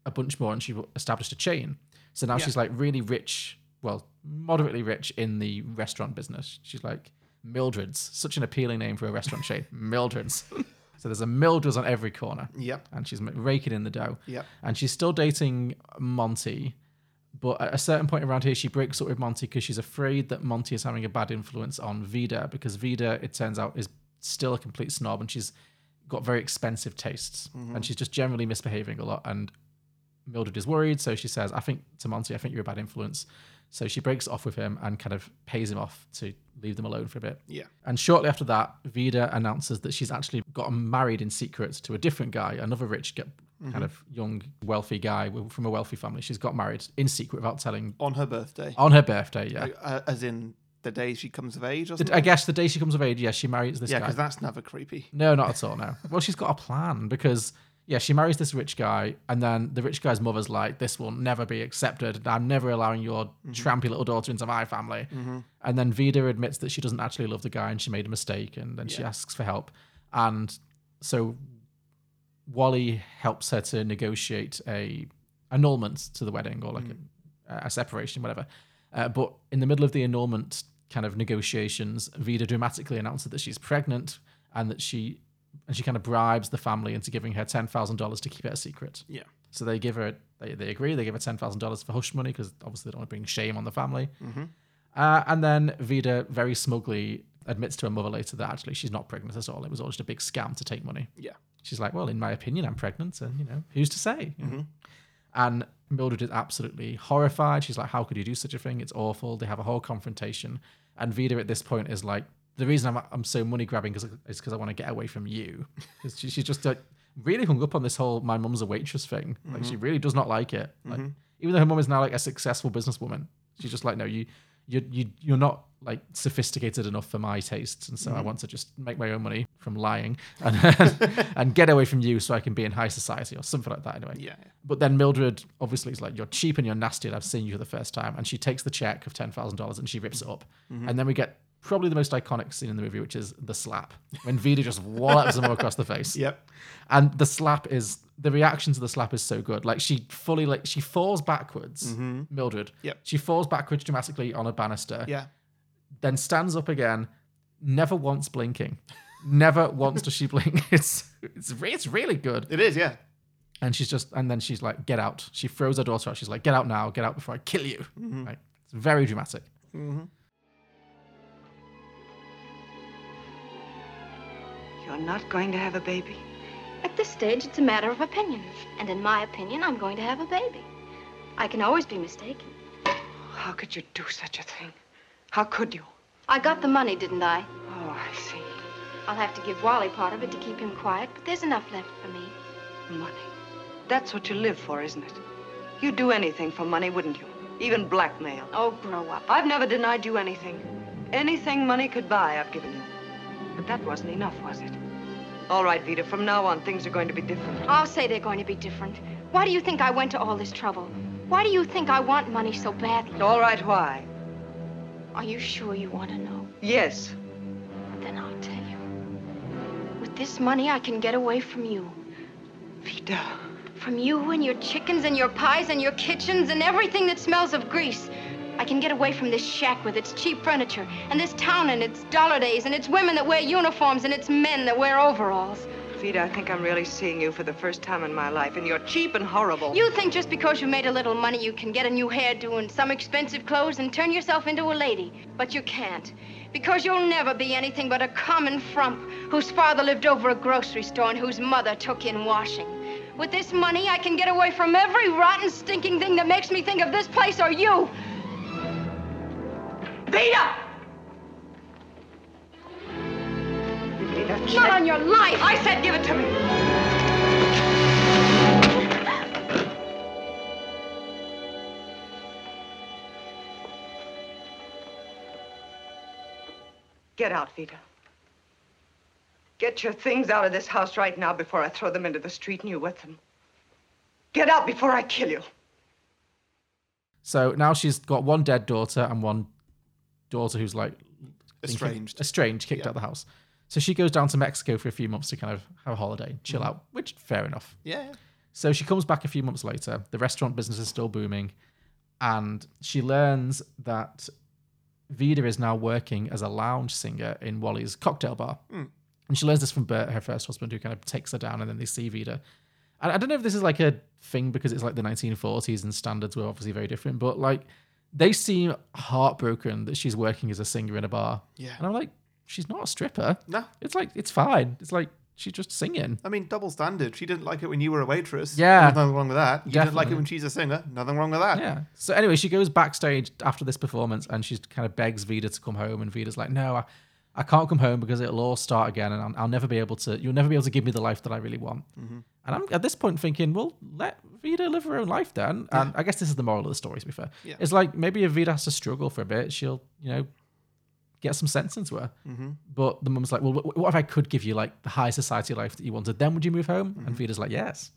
[SPEAKER 1] a bunch more, and she established a chain. So now she's like really rich, well, moderately rich in the restaurant business. She's like Mildred's, such an appealing name for a restaurant chain, Mildred's. So there's a Mildred's on every corner,
[SPEAKER 2] Yep.
[SPEAKER 1] and she's raking in the dough.
[SPEAKER 2] Yep.
[SPEAKER 1] And she's still dating Monty, but at a certain point around here, she breaks up with Monty because she's afraid that Monty is having a bad influence on Vida because Vida, it turns out, is still a complete snob and she's got very expensive tastes and she's just generally misbehaving a lot. And Mildred is worried, so she says, "I think to Monty, I think you're a bad influence." So she breaks off with him and kind of pays him off to leave them alone for a bit.
[SPEAKER 2] Yeah.
[SPEAKER 1] And shortly after that, Vida announces that she's actually gotten married in secret to a different guy, another rich, ge- kind of young, wealthy guy w- from a wealthy family. She's got married in secret without telling
[SPEAKER 2] On her birthday.
[SPEAKER 1] on her birthday. Yeah.
[SPEAKER 2] Uh, as in the day she comes of age or
[SPEAKER 1] Did-
[SPEAKER 2] something?
[SPEAKER 1] I guess Oh. the day she comes of age, yeah, she marries this
[SPEAKER 2] yeah,
[SPEAKER 1] guy.
[SPEAKER 2] because that's never creepy.
[SPEAKER 1] no, not at all. No. Well, she's got a plan because. Yeah, she marries this rich guy, and then the rich guy's mother's like, "This will never be accepted. I'm never allowing your trampy little daughter into my family." And then Vida admits that she doesn't actually love the guy, and she made a mistake, and then she asks for help. And so Wally helps her to negotiate a annulment to the wedding or like a, a separation, whatever. Uh, but in the middle of the annulment kind of negotiations, Vida dramatically announces that she's pregnant and that she and she kind of bribes the family into giving her ten thousand dollars to keep it a secret.
[SPEAKER 2] Yeah.
[SPEAKER 1] So they give her they, they agree they give her ten thousand dollars for hush money because obviously they don't want to bring shame on the family. Uh, and then Vida very smugly admits to her mother later that actually she's not pregnant at all. It was all just a big scam to take money.
[SPEAKER 2] Yeah.
[SPEAKER 1] She's like, well, in my opinion, I'm pregnant, and you know, who's to say? you know? And Mildred is absolutely horrified. She's like, how could you do such a thing? It's awful. They have a whole confrontation, and Vida at this point is like, the reason I'm I'm so money grabbing is because I want to get away from you. 'Cause she, she's just like really hung up on this whole my mum's a waitress thing. Like she really does not like it. Like even though her mum is now like a successful businesswoman, she's just like, no, you you you you're not like sophisticated enough for my tastes, and so I want to just make my own money from lying and and get away from you so I can be in high society or something like that. Anyway,
[SPEAKER 2] Yeah, yeah.
[SPEAKER 1] But then Mildred obviously is like, "You're cheap and you're nasty, and I've seen you for the first time." And she takes the check of ten thousand dollars and she rips it up,
[SPEAKER 2] Mm-hmm.
[SPEAKER 1] and then we get probably the most iconic scene in the movie, which is the slap when Vida just wallops him across the face.
[SPEAKER 2] Yep.
[SPEAKER 1] And the slap is the reaction to the slap is so good. Like she fully like she falls backwards, Mildred.
[SPEAKER 2] Mm-hmm. Yep.
[SPEAKER 1] She falls backwards dramatically on a banister
[SPEAKER 2] Yeah.
[SPEAKER 1] then stands up again, never once blinking. Never once does she blink. It's it's re- it's really good.
[SPEAKER 2] It is, yeah.
[SPEAKER 1] And she's just and then she's like, get out. She throws her daughter out. She's like, get out now, get out before I kill you. Like, it's It's very dramatic.
[SPEAKER 5] You're not going to have a baby?
[SPEAKER 8] At this stage, it's a matter of opinion. And in my opinion, I'm going to have a baby. I can always be mistaken.
[SPEAKER 5] How could you do such a thing? How could you?
[SPEAKER 8] I got the money, didn't I?
[SPEAKER 5] Oh, I see.
[SPEAKER 8] I'll have to give Wally part of it to keep him quiet, but there's enough left for me.
[SPEAKER 5] Money. That's what you live for, isn't it? You'd do anything for money, wouldn't you? Even blackmail.
[SPEAKER 8] Oh, grow up.
[SPEAKER 5] I've never denied you anything. Anything money could buy, I've given you. But that wasn't enough, was it? All right, Vita, from now on, things are going to be different.
[SPEAKER 8] I'll say they're going to be different. Why do you think I went to all this trouble? Why do you think I want money so badly?
[SPEAKER 5] All right, why?
[SPEAKER 8] Are you sure you want to know?
[SPEAKER 5] Yes.
[SPEAKER 8] Then I'll tell you. With this money, I can get away from you.
[SPEAKER 5] Vita.
[SPEAKER 8] From you and your chickens and your pies and your kitchens and everything that smells of grease. I can get away from this shack with its cheap furniture and this town and its dollar days and its women that wear uniforms and its men that wear overalls.
[SPEAKER 5] Vita, I think I'm really seeing you for the first time in my life, and you're cheap and horrible.
[SPEAKER 8] You think just because you made a little money, you can get a new hairdo and some expensive clothes and turn yourself into a lady. But you can't. Because you'll never be anything but a common frump whose father lived over a grocery store and whose mother took in washing. With this money, I can get away from every rotten, stinking thing that makes me think of this place or you.
[SPEAKER 5] Vita! Vita,
[SPEAKER 8] Not
[SPEAKER 5] check.
[SPEAKER 8] on your life.
[SPEAKER 5] I said give it to me. Get out, Vita. Get your things out of this house right now before I throw them into the street and you with them. Get out before I kill you.
[SPEAKER 1] So now she's got one dead daughter and one daughter who's like
[SPEAKER 2] Estranged.
[SPEAKER 1] estranged, kicked out of the house. So she goes down to Mexico for a few months to kind of have a holiday, chill out, which fair enough.
[SPEAKER 2] Yeah.
[SPEAKER 1] So she comes back a few months later. The restaurant business is still booming, and she learns that Vida is now working as a lounge singer in Wally's cocktail bar.
[SPEAKER 2] Hmm.
[SPEAKER 1] And she learns this from Bert, her first husband, who kind of takes her down, and then they see Vida. And I don't know if this is like a thing because it's like the 1940s and standards were obviously very different, but like they seem heartbroken that she's working as a singer in a bar.
[SPEAKER 2] Yeah.
[SPEAKER 1] And I'm like, she's not a stripper.
[SPEAKER 2] No.
[SPEAKER 1] It's like, it's fine. It's like, she's just singing.
[SPEAKER 2] I mean, double standard. She didn't like it when you were a waitress.
[SPEAKER 1] Yeah.
[SPEAKER 2] Nothing wrong with that. You didn't like
[SPEAKER 1] Definitely.
[SPEAKER 2] it when she's a singer. Nothing wrong with that.
[SPEAKER 1] Yeah. So anyway, she goes backstage after this performance and she kind of begs Vida to come home, and Vida's like, "No, I, I can't come home because it'll all start again, and I'll, I'll never be able to. You'll never be able to give me the life that I really want."
[SPEAKER 2] Mm-hmm.
[SPEAKER 1] And I'm at this point thinking, "Well, let Vida live her own life then." And I guess this is the moral of the story. To be fair,
[SPEAKER 2] Yeah.
[SPEAKER 1] it's like maybe if Vida has to struggle for a bit, she'll you know get some sense into her.
[SPEAKER 2] Mm-hmm.
[SPEAKER 1] But the mum's like, "Well, wh- what if I could give you like the high society life that you wanted? Then would you move home?"
[SPEAKER 2] Mm-hmm.
[SPEAKER 1] And Vida's like, "Yes."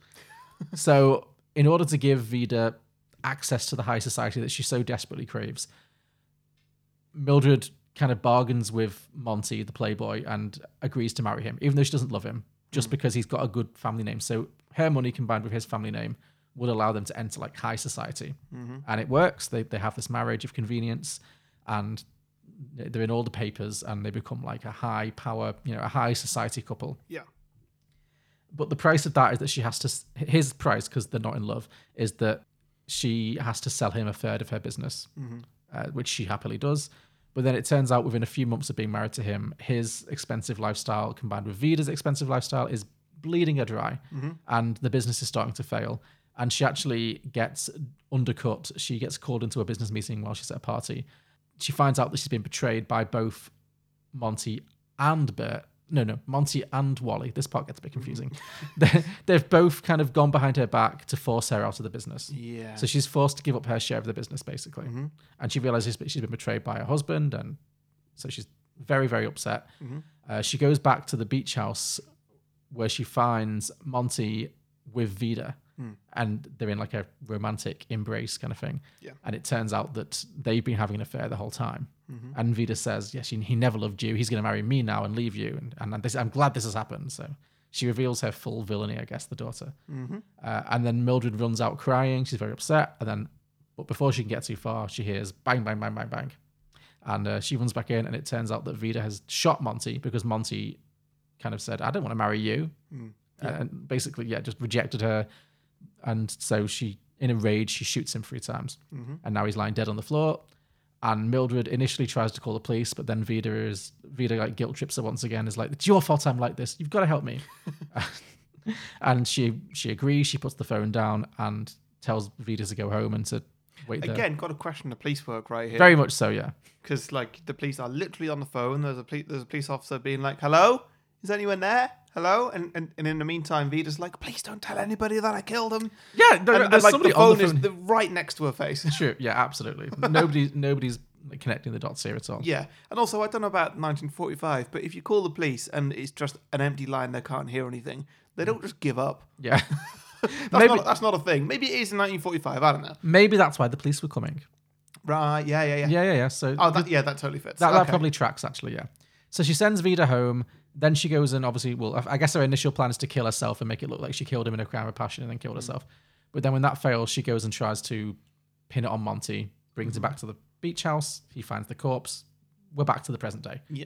[SPEAKER 1] So, in order to give Vida access to the high society that she so desperately craves, Mildred kind of bargains with Monty, the playboy, and agrees to marry him, even though she doesn't love him, just because he's got a good family name. So, her money combined with his family name would allow them to enter like high society. And it works. They, they have this marriage of convenience and they're in all the papers and they become like a high power, you know, a high society couple.
[SPEAKER 2] Yeah.
[SPEAKER 1] But the price of that is that she has to, s- his price, because they're not in love, is that she has to sell him a third of her business, uh, which she happily does. But then it turns out within a few months of being married to him, his expensive lifestyle combined with Vida's expensive lifestyle is bleeding her dry and the business is starting to fail. And she actually gets undercut. She gets called into a business meeting while she's at a party. She finds out that she's been betrayed by both Monty and Bert. No, no, Monty and Wally. This part gets a bit confusing. They- They've both kind of gone behind her back to force her out of the business.
[SPEAKER 2] Yeah. Mm-hmm.
[SPEAKER 1] So she's forced to give up her share of the business, basically. And she realizes that she's been betrayed by her husband. And so she's very, very upset.
[SPEAKER 2] Mm-hmm.
[SPEAKER 1] Uh, she goes back to the beach house where she finds Monty with Vida.
[SPEAKER 2] Mm.
[SPEAKER 1] And they're in like a romantic embrace kind of thing.
[SPEAKER 2] Yeah.
[SPEAKER 1] And it turns out that they've been having an affair the whole time.
[SPEAKER 2] Mm-hmm.
[SPEAKER 1] And Vida says, Yes, he he never loved you. He's going to marry me now and leave you. And, and this, I'm glad this has happened. So she reveals her full villainy, I guess, the daughter. Uh, and then Mildred runs out crying. She's very upset. And then, but before she can get too far, she hears bang, bang, bang, bang, bang. And uh, she runs back in, and it turns out that Vida has shot Monty because Monty kind of said, I don't want to marry you.
[SPEAKER 2] Hmm.
[SPEAKER 1] And basically, yeah, just rejected her.
[SPEAKER 2] Mm-hmm.
[SPEAKER 1] And so she, in a rage, she shoots him three times. And now he's lying dead on the floor. And Mildred initially tries to call the police, but then Vida is Vida like guilt trips her once again. Is like, it's your fault I'm like this. You've got to help me. and she she agrees. She puts the phone down and tells Vida to go home and to wait there.
[SPEAKER 2] Again, got to question the police work right here.
[SPEAKER 1] uh, Very much so, yeah.
[SPEAKER 2] because like the police are literally on the phone. There's a police, there's a police officer being like, "Hello, is anyone there? Hello?" And and, and in the meantime, Vida's like, "Please don't tell anybody that I killed him."
[SPEAKER 1] Yeah, there-
[SPEAKER 2] and,
[SPEAKER 1] there's
[SPEAKER 2] like
[SPEAKER 1] somebody
[SPEAKER 2] the
[SPEAKER 1] on
[SPEAKER 2] phone
[SPEAKER 1] the
[SPEAKER 2] is
[SPEAKER 1] phone.
[SPEAKER 2] the, right next to her face.
[SPEAKER 1] True, yeah, absolutely. Nobody nobody's connecting the dots here at all.
[SPEAKER 2] yeah, and also I don't know about 1945, but if you call the police and it's just an empty line, they can't hear anything. They don't just give up.
[SPEAKER 1] Yeah.
[SPEAKER 2] That's,
[SPEAKER 1] Maybe-
[SPEAKER 2] not, that's not a thing. Maybe it is in 1945. I don't know.
[SPEAKER 1] Maybe that's why the police were coming.
[SPEAKER 2] Right? Yeah, yeah, yeah.
[SPEAKER 1] Yeah, yeah, yeah. So
[SPEAKER 2] Oh, that, yeah, that totally fits.
[SPEAKER 1] That, that
[SPEAKER 2] Okay.
[SPEAKER 1] probably tracks, actually, yeah. So she sends Vida home. Then she goes and obviously, well, I- I guess her initial plan is to kill herself and make it look like she killed him in a crime of passion and then
[SPEAKER 2] Hmm.
[SPEAKER 1] killed herself. But then when that fails, she goes and tries to pin it on Monty, brings
[SPEAKER 2] Hmm.
[SPEAKER 1] him back to the beach house. He finds the corpse. We're back to the present day.
[SPEAKER 2] Yeah.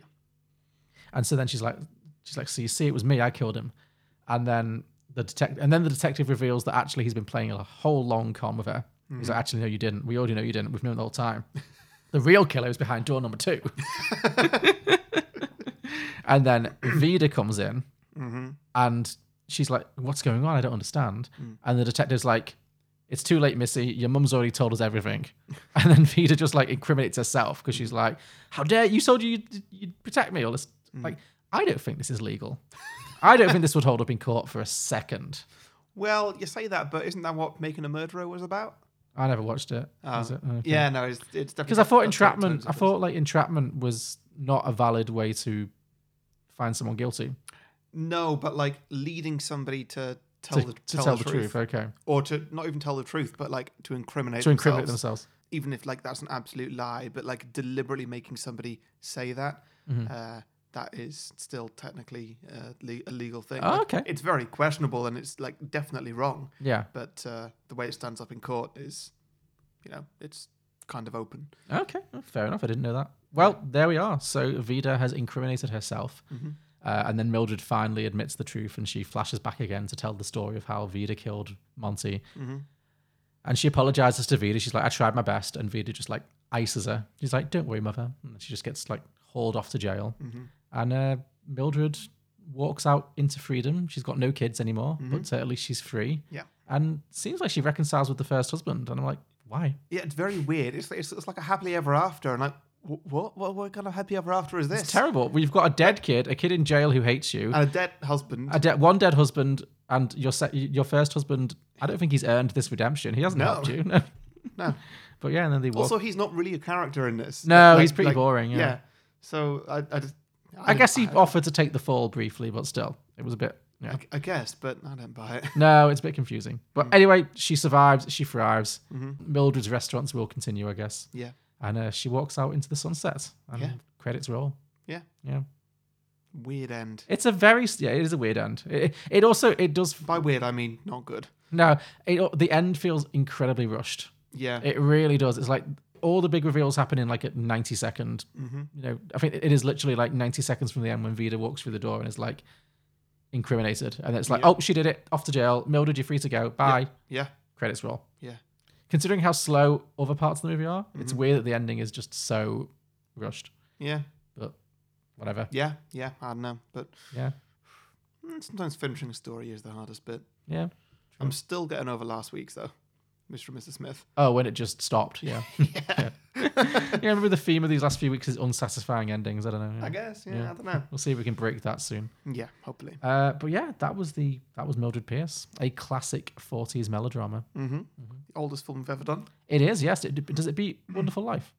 [SPEAKER 1] And so then she's like, she's like, so you see, it was me. I killed him. And then the detective, and then the detective reveals that actually he's been playing a whole long con with her. He's like, actually, no, you didn't. We already know you didn't. We've known the whole time. the real killer is behind door number two. and then Vida comes in, and she's like, "What's going on? I don't understand." And the detective's like, "It's too late, Missy. Your mum's already told us everything." And then Vida just like incriminates herself because she's like, "How dare you? Told you you'd, you'd protect me? All this
[SPEAKER 2] Mm.
[SPEAKER 1] like, I don't think this is legal. I don't think this would hold up in court for a second.
[SPEAKER 2] Well, you say that, but isn't that what making a murderer was about?
[SPEAKER 1] I never watched it.
[SPEAKER 2] Oh.
[SPEAKER 1] Is it? Okay.
[SPEAKER 2] Yeah, no, it's, it's definitely
[SPEAKER 1] Because I thought
[SPEAKER 2] that's what it turns
[SPEAKER 1] entrapment, I
[SPEAKER 2] into.
[SPEAKER 1] thought like entrapment was not a valid way to find someone guilty
[SPEAKER 2] No, but like leading somebody to tell
[SPEAKER 1] to
[SPEAKER 2] the
[SPEAKER 1] to
[SPEAKER 2] tell, the, truth,
[SPEAKER 1] Okay,
[SPEAKER 2] or to not even tell the truth, but like to incriminate
[SPEAKER 1] to incriminate
[SPEAKER 2] themselves.
[SPEAKER 1] themselves.
[SPEAKER 2] even if like that's an absolute lie, but like deliberately making somebody say that.
[SPEAKER 1] Mm-hmm.
[SPEAKER 2] Uh, that is still technically uh, le- a legal thing.
[SPEAKER 1] Oh,
[SPEAKER 2] Like,
[SPEAKER 1] okay.
[SPEAKER 2] it's very questionable and it's like definitely wrong.
[SPEAKER 1] Yeah.
[SPEAKER 2] But uh, the way it stands up in court is, you know, it's kind of open.
[SPEAKER 1] Okay, well, fair enough. I didn't know that. Well, there we are. So Vida has incriminated herself, uh, and then Mildred finally admits the truth, and she flashes back again to tell the story of how Vida killed Monty. And she apologizes to Vida. She's like, "I tried my best," and Vida just like ices her. She's like, "Don't worry, mother." And she just gets like hauled off to jail, and uh, Mildred walks out into freedom. She's got no kids anymore, but uh, at least she's free.
[SPEAKER 2] Yeah.
[SPEAKER 1] and seems like she reconciles with the first husband. And I'm like, why?
[SPEAKER 2] Yeah, it's very weird. It's it's, it's like a happily ever after, and like wh- what what what kind of happy ever after is this?
[SPEAKER 1] It's terrible. We've got a dead kid, a kid in jail who hates you,
[SPEAKER 2] And a dead husband.
[SPEAKER 1] a de- one dead husband, and your se- your first husband. I don't think he's earned this redemption. He hasn't
[SPEAKER 2] No.
[SPEAKER 1] helped you. No.
[SPEAKER 2] no.
[SPEAKER 1] But yeah, and then they walk.
[SPEAKER 2] Also, he's not really a character in this.
[SPEAKER 1] No, he's pretty boring, yeah.
[SPEAKER 2] So I, I just.
[SPEAKER 1] I guess he
[SPEAKER 2] didn't buy
[SPEAKER 1] offered to take the fall briefly, but still, it was a bit. Yeah.
[SPEAKER 2] it. I, I guess, but I don't buy it.
[SPEAKER 1] No, it's a bit confusing. But
[SPEAKER 2] Mm.
[SPEAKER 1] anyway, she survives. She thrives.
[SPEAKER 2] Mm-hmm.
[SPEAKER 1] Mildred's restaurants will continue, I guess.
[SPEAKER 2] yeah.
[SPEAKER 1] And uh, she walks out into the sunset, and
[SPEAKER 2] Yeah.
[SPEAKER 1] credits roll.
[SPEAKER 2] Yeah.
[SPEAKER 1] Yeah,
[SPEAKER 2] Weird end.
[SPEAKER 1] it's a very yeah. It is a weird end. It, it also it does
[SPEAKER 2] By weird, I mean not good.
[SPEAKER 1] no. It, the end feels incredibly rushed.
[SPEAKER 2] Yeah.
[SPEAKER 1] It really does. It's like all the big reveals happen in like a 90 second.
[SPEAKER 2] Mm-hmm.
[SPEAKER 1] You know, I think it is literally like 90 seconds from the end when Vida walks through the door and is like incriminated. And it's like,
[SPEAKER 2] Yeah.
[SPEAKER 1] oh, she did it. Off to jail. Mildred, you're free to go. Bye.
[SPEAKER 2] yeah.
[SPEAKER 1] Credits roll.
[SPEAKER 2] Yeah. Mm-hmm.
[SPEAKER 1] Considering how slow other parts of the movie are, it's weird that the ending is just so rushed,
[SPEAKER 2] Yeah.
[SPEAKER 1] but whatever. Yeah.
[SPEAKER 2] Yeah. Yeah. I don't know, but
[SPEAKER 1] Yeah.
[SPEAKER 2] mm, sometimes finishing a story is the hardest bit. I'm still getting over last week's though, Mr. and Mrs. Smith.
[SPEAKER 1] Oh, when it just stopped. Yeah. yeah. yeah. Remember the theme of these last few weeks is unsatisfying endings. I don't know. Yeah.
[SPEAKER 2] I guess. Yeah.
[SPEAKER 1] Mm. Yeah.
[SPEAKER 2] I don't know.
[SPEAKER 1] We'll see if we can break that soon.
[SPEAKER 2] Yeah. Hopefully.
[SPEAKER 1] Uh, but yeah, that was the that was Mildred Pierce, a classic '40s melodrama.
[SPEAKER 2] Mm-hmm. Oldest film we've ever done.
[SPEAKER 1] It is, yes. It, does it beat Wonderful Life?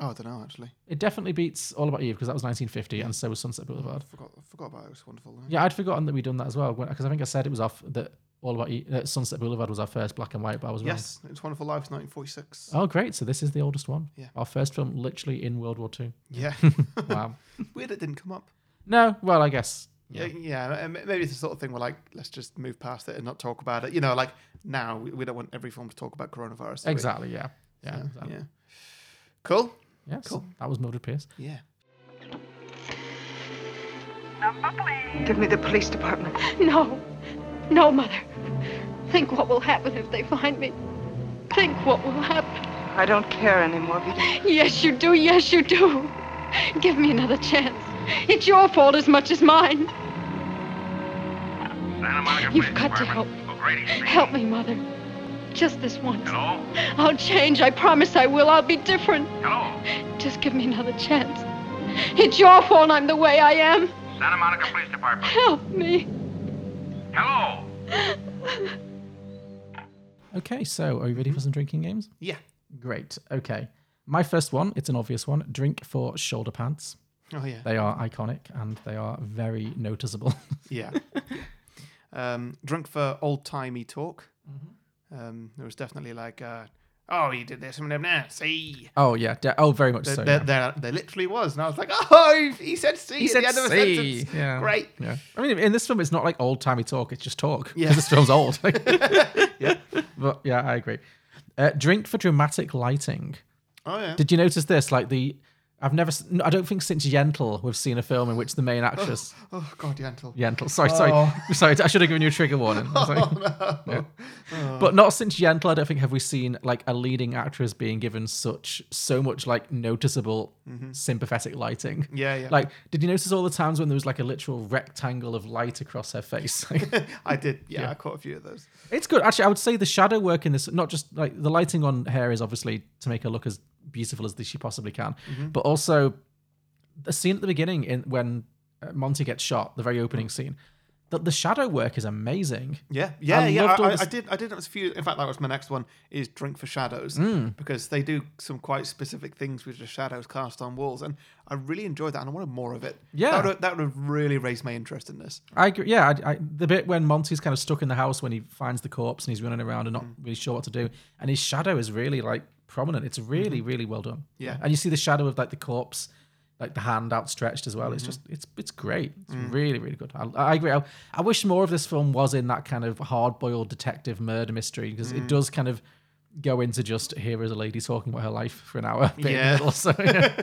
[SPEAKER 2] Oh, I don't know actually.
[SPEAKER 1] It definitely beats All About Eve because that was 1950, and so was Sunset Boulevard.
[SPEAKER 2] I forgot. I forgot about it. It was wonderful. wasn't it?
[SPEAKER 1] Yeah, I'd forgotten that we'd done that as well because I think I said it was off that All About Eve, that Sunset Boulevard was our first black and white, but I was
[SPEAKER 2] Yes. It's Wonderful Life, 1946.
[SPEAKER 1] wrong. Oh, great! So this is the oldest one.
[SPEAKER 2] Yeah.
[SPEAKER 1] Our first film, literally in World War Two.
[SPEAKER 2] Yeah.
[SPEAKER 1] Wow.
[SPEAKER 2] Weird it didn't come up.
[SPEAKER 1] no, well, I guess.
[SPEAKER 2] Yeah. yeah, and m- maybe it's the sort of thing where like let's just move past it and not talk about it. You know, like now we, we don't want every film to talk about coronavirus. do we?
[SPEAKER 1] Exactly. Yeah. Yeah.
[SPEAKER 2] Yeah.
[SPEAKER 1] exactly.
[SPEAKER 2] yeah. Cool.
[SPEAKER 1] Yes,
[SPEAKER 2] Cool.
[SPEAKER 1] That was Mildred Pierce.
[SPEAKER 2] Yeah.
[SPEAKER 5] Give me the police department.
[SPEAKER 8] No. No, Mother. Think what will happen if they find me. Think what will happen.
[SPEAKER 5] I don't care anymore, Vita.
[SPEAKER 8] Yes, you do. Yes, you do. Give me another chance. It's your fault as much as mine.
[SPEAKER 9] Santa Monica
[SPEAKER 8] You've
[SPEAKER 9] Police
[SPEAKER 8] got to
[SPEAKER 9] Department. O'Grady speaking.
[SPEAKER 8] Help me, Mother. Just this once.
[SPEAKER 9] Hello?
[SPEAKER 8] I'll change. I promise I will. I'll be different.
[SPEAKER 9] Hello?
[SPEAKER 8] Just give me another chance. It's your fault I'm the way I am.
[SPEAKER 9] Santa Monica Police Department.
[SPEAKER 8] Help me.
[SPEAKER 9] Hello?
[SPEAKER 1] Okay, so are you ready for
[SPEAKER 2] Mm-hmm.
[SPEAKER 1] some drinking games?
[SPEAKER 2] Yeah.
[SPEAKER 1] Great. Okay. My first one, it's an obvious one. Drink for shoulder pads.
[SPEAKER 2] Oh, yeah.
[SPEAKER 1] They are iconic and they are very noticeable.
[SPEAKER 2] Yeah. um, drunk for old timey talk.
[SPEAKER 1] Mm-hmm.
[SPEAKER 2] Um, there was definitely like, uh, oh, you did this and them now. See.
[SPEAKER 1] oh yeah. de- oh, very much
[SPEAKER 2] There,
[SPEAKER 1] so.
[SPEAKER 2] there,
[SPEAKER 1] yeah.
[SPEAKER 2] there, there literally was. And I was like, oh, he said see.
[SPEAKER 1] He
[SPEAKER 2] at
[SPEAKER 1] said
[SPEAKER 2] the end of a
[SPEAKER 1] see.
[SPEAKER 2] sentence.
[SPEAKER 1] Yeah.
[SPEAKER 2] Great.
[SPEAKER 1] Yeah. I mean, in this film, it's not like old timey talk. It's just talk. 'cause
[SPEAKER 2] Yeah.
[SPEAKER 1] This film's old.
[SPEAKER 2] Yeah.
[SPEAKER 1] but yeah, I agree. Uh, drink for dramatic lighting.
[SPEAKER 2] Oh, yeah.
[SPEAKER 1] Did you notice this? Like the, I've never, s- no, I don't think since Yentl we've seen a film in which the main actress
[SPEAKER 2] oh, God, Yantel.
[SPEAKER 1] Yentl. Sorry, sorry,
[SPEAKER 2] Oh.
[SPEAKER 1] sorry. I should have given you a trigger warning. I was like- Yeah. But not since Yentl, I don't think have we seen like a leading actress being given such so much like noticeable sympathetic lighting.
[SPEAKER 2] Yeah, yeah.
[SPEAKER 1] Like, did you notice all the times when there was like a literal rectangle of light across her face?
[SPEAKER 2] I did. Yeah, I caught a few of those.
[SPEAKER 1] It's good. Actually, I would say the shadow work in this, not just like the lighting on hair is obviously to make her look as beautiful as she possibly can, but also the scene at the beginning in when uh, Monty gets shot, the very opening scene, that the shadow work is amazing.
[SPEAKER 2] Yeah, yeah,
[SPEAKER 1] I
[SPEAKER 2] yeah.
[SPEAKER 1] loved all
[SPEAKER 2] I, I,
[SPEAKER 1] this-
[SPEAKER 2] I did. I did. It was a few. In fact, that was my next one. Is drink for shadows
[SPEAKER 1] Hmm.
[SPEAKER 2] because they do some quite specific things with the shadows cast on walls, and I really enjoyed that, and I wanted more of it.
[SPEAKER 1] Yeah.
[SPEAKER 2] that would, that would have really raised my interest in this.
[SPEAKER 1] I agree. Yeah, I, I, the bit when Monty's kind of stuck in the house when he finds the corpse and he's running around and not
[SPEAKER 2] Mm.
[SPEAKER 1] really sure what to do, and his shadow is really like prominent. It's really, really well done.
[SPEAKER 2] Mm-hmm. Yeah.
[SPEAKER 1] and you see the shadow of like the corpse, like the hand outstretched as well.
[SPEAKER 2] Mm-hmm.
[SPEAKER 1] It's just, it's, it's great. It's
[SPEAKER 2] Mm.
[SPEAKER 1] really, really good. I, I agree. I, I wish more of this film was in that kind of hard-boiled detective murder mystery because
[SPEAKER 2] Mm.
[SPEAKER 1] it does kind of go into just here is a lady talking about her life for an hour. bit in the
[SPEAKER 2] Yeah.
[SPEAKER 1] middle, so, yeah.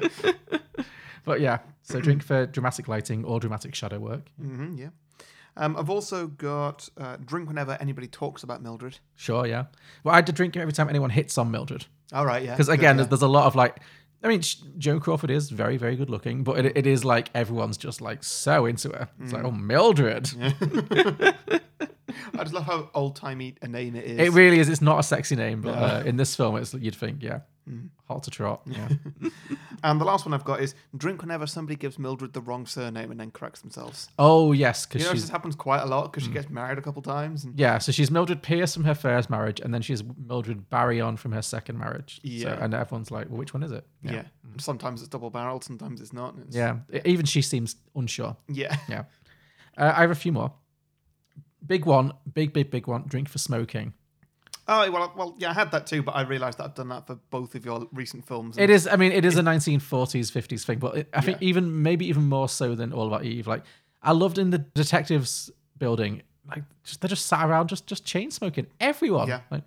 [SPEAKER 1] but yeah, so drink for dramatic lighting or dramatic shadow work.
[SPEAKER 2] hmm yeah. Um, I've also got uh, drink whenever anybody talks about Mildred.
[SPEAKER 1] Sure, yeah. Well, I had to drink it every time anyone hits on Mildred.
[SPEAKER 2] All right, yeah.
[SPEAKER 1] Because
[SPEAKER 2] Good,
[SPEAKER 1] again,
[SPEAKER 2] yeah.
[SPEAKER 1] there's a lot of like, I mean, sh- Joan Crawford is very, very good looking, but it, it is like everyone's just like so into her. It's
[SPEAKER 2] Mm.
[SPEAKER 1] like, oh, Mildred.
[SPEAKER 2] I just love how old timey a name it is.
[SPEAKER 1] It really is. It's not a sexy name, but uh, in this film, it's you'd think, yeah,
[SPEAKER 2] Mm.
[SPEAKER 1] hot to trot. Yeah.
[SPEAKER 2] and the last one I've got is drink whenever somebody gives Mildred the wrong surname and then corrects themselves.
[SPEAKER 1] oh yes,
[SPEAKER 2] You
[SPEAKER 1] because
[SPEAKER 2] know, this
[SPEAKER 1] she's Hmm.
[SPEAKER 2] happens quite a lot because she gets married a couple times. And
[SPEAKER 1] yeah. So she's Mildred Pierce from her first marriage, and then she's Mildred Barryon from her second marriage. So,
[SPEAKER 2] Yeah.
[SPEAKER 1] and everyone's like, well, which one is it?
[SPEAKER 2] Yeah. Sometimes it's double barreled, sometimes it's not. It's,
[SPEAKER 1] Mm. Yeah. E- Even she seems unsure.
[SPEAKER 2] Yeah.
[SPEAKER 1] Yeah. Uh, I have a few more. Big one, big, big, big one. Drink for smoking.
[SPEAKER 2] Oh, well, well, yeah, I had that too, but I realised that I've done that for both of your recent films.
[SPEAKER 1] It is. I mean, it is a 1940s, 50s thing, but it, I think even maybe even more so than All About Eve. Like, I loved in the detectives building. Like, just, they just sat around, just just chain smoking. Everyone.
[SPEAKER 2] Yeah.
[SPEAKER 1] Like,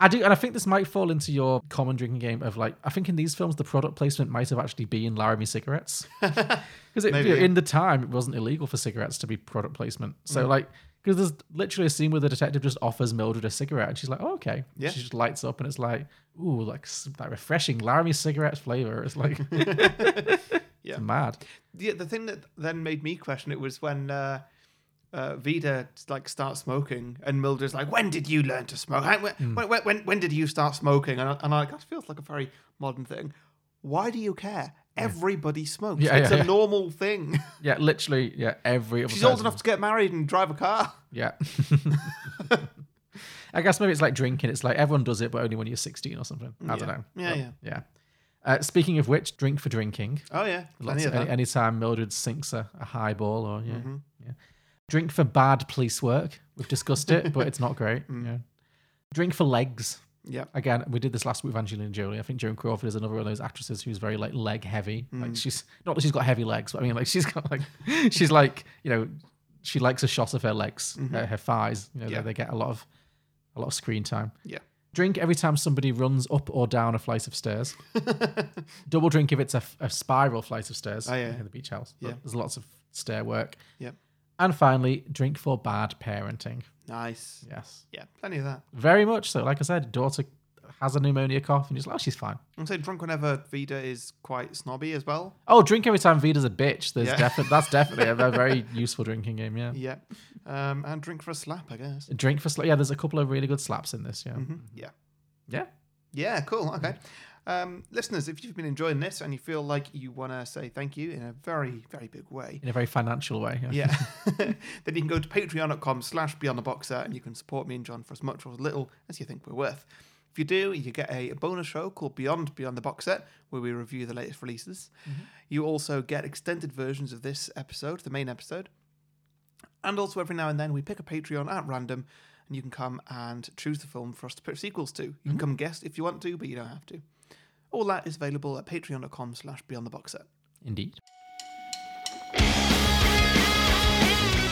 [SPEAKER 1] I do, and I think this might fall into your common drinking game of like. I think in these films, the product placement might have actually been Laramie cigarettes. Because
[SPEAKER 2] Maybe, yeah.
[SPEAKER 1] in the time, it wasn't illegal for cigarettes to be product placement. So
[SPEAKER 2] Mm.
[SPEAKER 1] like, because there's literally a scene where the detective just offers Mildred a cigarette, and she's like, "Oh, okay."
[SPEAKER 2] Yeah.
[SPEAKER 1] She just lights up, and it's like, "Ooh, like s- that refreshing Laramie cigarette flavor." It's like,
[SPEAKER 2] Yeah.
[SPEAKER 1] it's mad.
[SPEAKER 2] Yeah, the thing that then made me question it was when uh, uh, Vida like starts smoking, and Mildred's like, "When did you learn to smoke? When,
[SPEAKER 1] Mm.
[SPEAKER 2] when, when, when, when did you start smoking?" And, I, and I, that feels like a very modern thing. Why do you care? Everybody smokes.
[SPEAKER 1] Yeah,
[SPEAKER 2] it's
[SPEAKER 1] yeah,
[SPEAKER 2] a
[SPEAKER 1] yeah.
[SPEAKER 2] normal thing.
[SPEAKER 1] Yeah, literally. Yeah, every. other
[SPEAKER 2] She's old
[SPEAKER 1] person-
[SPEAKER 2] enough to get married and drive a car.
[SPEAKER 1] Yeah. I guess maybe it's like drinking. It's like everyone does it, but only when you're 16 or something. I don't know.
[SPEAKER 2] Yeah,
[SPEAKER 1] But,
[SPEAKER 2] yeah.
[SPEAKER 1] yeah. Uh, speaking of which, drink for drinking.
[SPEAKER 2] Oh yeah,
[SPEAKER 1] Lots
[SPEAKER 2] plenty
[SPEAKER 1] of,
[SPEAKER 2] of that. Mm-hmm.
[SPEAKER 1] any, anytime Mildred sinks a, a highball or yeah, yeah. Drink for bad police work. We've discussed it, but it's not great.
[SPEAKER 2] Mm.
[SPEAKER 1] Yeah. Drink for legs.
[SPEAKER 2] yeah,
[SPEAKER 1] Again, we did this last week with Angelina Jolie. I think Joan Crawford is another one of those actresses who's very like leg heavy.
[SPEAKER 2] Mm.
[SPEAKER 1] Like she's not that she's got heavy legs, but I mean like she's got like she's like, you know, she likes a shot of her legs, uh, her thighs. You know,
[SPEAKER 2] Mm-hmm. Yeah.
[SPEAKER 1] they, they get a lot of a lot of screen time.
[SPEAKER 2] yeah.
[SPEAKER 1] Drink every time somebody runs up or down a flight of stairs. Double drink if it's a, a spiral flight of stairs
[SPEAKER 2] Oh, yeah.
[SPEAKER 1] in the beach house. But
[SPEAKER 2] Yeah.
[SPEAKER 1] There's lots of stair work.
[SPEAKER 2] Yep.
[SPEAKER 1] And finally, drink for bad parenting.
[SPEAKER 2] Nice.
[SPEAKER 1] Yes.
[SPEAKER 2] Yeah, plenty of that.
[SPEAKER 1] Very much so. Like I said, daughter has a pneumonia cough and he's like, oh, she's fine.
[SPEAKER 2] I'm saying drunk whenever Vida is quite snobby as well.
[SPEAKER 1] Oh, drink every time Vida's a bitch. There's
[SPEAKER 2] Yeah.
[SPEAKER 1] defi- that's definitely a, a very useful drinking game. Yeah.
[SPEAKER 2] Yeah. Um, and drink for a slap, I guess.
[SPEAKER 1] Drink for sla- yeah. There's a couple of really good slaps in this. Yeah.
[SPEAKER 2] Yeah.
[SPEAKER 1] Yeah.
[SPEAKER 2] Yeah, cool. Okay. Um, listeners, if you've been enjoying this and you feel like you want to say thank you in a very, very big way,
[SPEAKER 1] In a very financial way.
[SPEAKER 2] yeah, then you can go to patreon.com slash beyond the boxer and you can support me and John for as much or as little as you think we're worth. If you do, you get a bonus show called Beyond Beyond the Box Set, where we review the latest releases. You also get extended versions of this episode, the main episode. And also, every now and then, we pick a Patreon at random, and you can come and choose the film for us to put sequels to. You can come guest if you want to, but you don't have to. All that is available at patreon.com slash beyond the box set.
[SPEAKER 1] Indeed.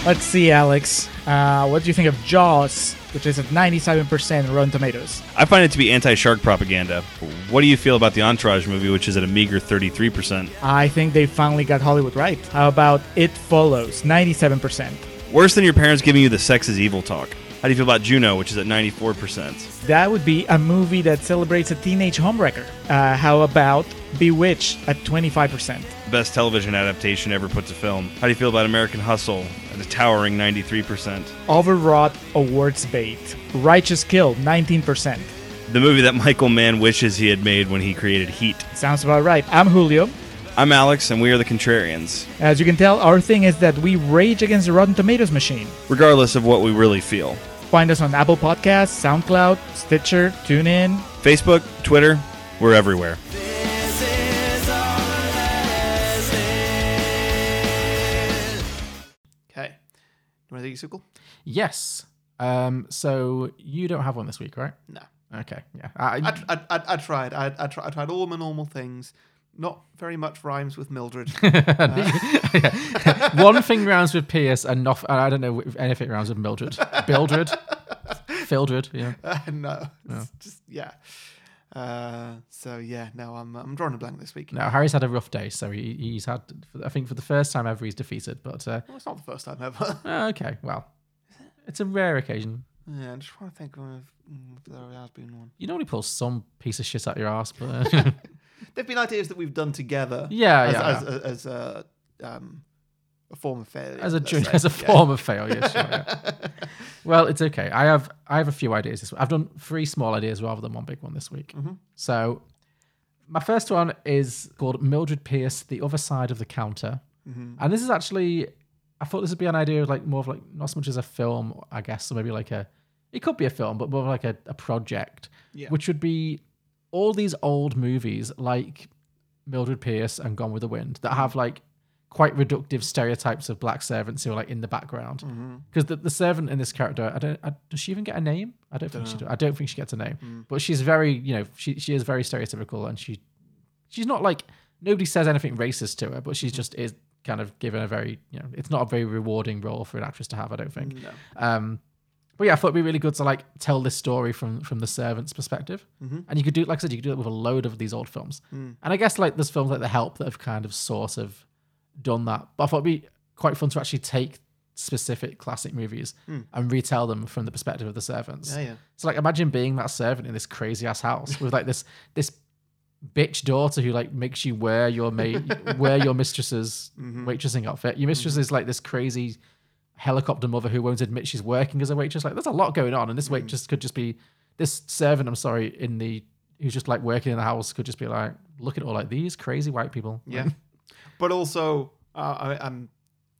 [SPEAKER 10] Let's see, Alex. Uh, what do you think of Jaws, which is at 97% Rotten Tomatoes?
[SPEAKER 11] I find it to be anti shark propaganda. What do you feel about the Entourage movie, which is at a meager 33%?
[SPEAKER 10] I think they finally got Hollywood right. How about It Follows, 97%?
[SPEAKER 11] Worse than your parents giving you the sex is evil talk. How do you feel about Juno, which is at 94%?
[SPEAKER 10] That would be a movie that celebrates a teenage homewrecker. Uh, how about Bewitched at 25%?
[SPEAKER 11] Best television adaptation ever put to film. How do you feel about American Hustle at a towering 93%?
[SPEAKER 10] Overwrought awards bait. Righteous Kill, 19%.
[SPEAKER 11] The movie that Michael Mann wishes he had made when he created Heat.
[SPEAKER 10] Sounds about right. I'm Julio.
[SPEAKER 11] I'm Alex, and we are the Contrarians,
[SPEAKER 10] As you can tell, our thing is that we rage against the Rotten Tomatoes machine.
[SPEAKER 11] regardless of what we really feel.
[SPEAKER 10] Find us on Apple Podcasts, SoundCloud, Stitcher, TuneIn,
[SPEAKER 11] Facebook, Twitter, we're everywhere.
[SPEAKER 2] Okay. You want to do your sequel?
[SPEAKER 1] Yes. Um. So you don't have one this week, right?
[SPEAKER 2] No.
[SPEAKER 1] Okay. Yeah. I,
[SPEAKER 2] I, tr- I, I, I tried. I, I, tr- I tried all my normal things. Not very much rhymes with Mildred.
[SPEAKER 1] Yeah. One thing rounds with Pierce, and nof- and I don't know if anything rounds with Mildred. Bildred. Fildred. Yeah.
[SPEAKER 2] Uh, no, it's just yeah. Uh, so yeah, no, I'm I'm drawing a blank this week.
[SPEAKER 1] No, Harry's had a rough day, so he, he's had. I think for the first time ever, he's defeated. But uh,
[SPEAKER 2] Well, it's not the first time ever.
[SPEAKER 1] oh, okay, well, it's a rare occasion.
[SPEAKER 2] yeah, I'm just trying to think of mm, if there has been one.
[SPEAKER 1] You normally pull some piece of shit out your ass, but uh, yeah,
[SPEAKER 2] There've been ideas that we've done together.
[SPEAKER 1] yeah,
[SPEAKER 2] as,
[SPEAKER 1] yeah.
[SPEAKER 2] as,
[SPEAKER 1] as,
[SPEAKER 2] as, as a um, a form of failure.
[SPEAKER 1] a
[SPEAKER 2] let's
[SPEAKER 1] ju-
[SPEAKER 2] say.
[SPEAKER 1] as a
[SPEAKER 2] Yeah.
[SPEAKER 1] form of failure. sure, yeah. Well, it's okay. I have I have a few ideas this week. I've done three small ideas rather than one big one this week.
[SPEAKER 2] Mm-hmm.
[SPEAKER 1] So my first one is called Mildred Pierce: The Other Side of the Counter,
[SPEAKER 2] Mm-hmm.
[SPEAKER 1] and this is actually I thought this would be an idea of like more of like not so much as a film, I guess, so maybe like a it could be a film, but more of like a, a project,
[SPEAKER 2] Yeah.
[SPEAKER 1] which would be all these old movies like Mildred Pierce and Gone with the Wind that have like quite reductive stereotypes of black servants who are like in the background because the, the servant in this character I don't I, does she even get a name I don't think she do, I don't think she gets a name but she's very you know she she is very stereotypical and she she's not like nobody says anything racist to her but she's just is kind of given a very you know it's not a very rewarding role for an actress to have I don't think
[SPEAKER 2] No.
[SPEAKER 1] um but yeah, I thought it'd be really good to like tell this story from from the servant's perspective,
[SPEAKER 2] Mm-hmm.
[SPEAKER 1] and you could do like I said, you could do it with a load of these old films,
[SPEAKER 2] Mm.
[SPEAKER 1] and I guess like there's films like The Help that have kind of sort of done that. But I thought it'd be quite fun to actually take specific classic movies and retell them from the perspective of the servants.
[SPEAKER 2] Mm. Yeah, yeah.
[SPEAKER 1] So like imagine being that servant in this crazy ass house with like this this bitch daughter who like makes you wear your mate wear your mistress's waitressing outfit. Your mistress is like this crazy helicopter mother who won't admit she's working as a waitress. Like there's a lot going on, and this waitress could just be this servant. I'm sorry, in the who's just like working in the house could just be like, look at all like these crazy white people.
[SPEAKER 2] Yeah. but also, uh, I, I'm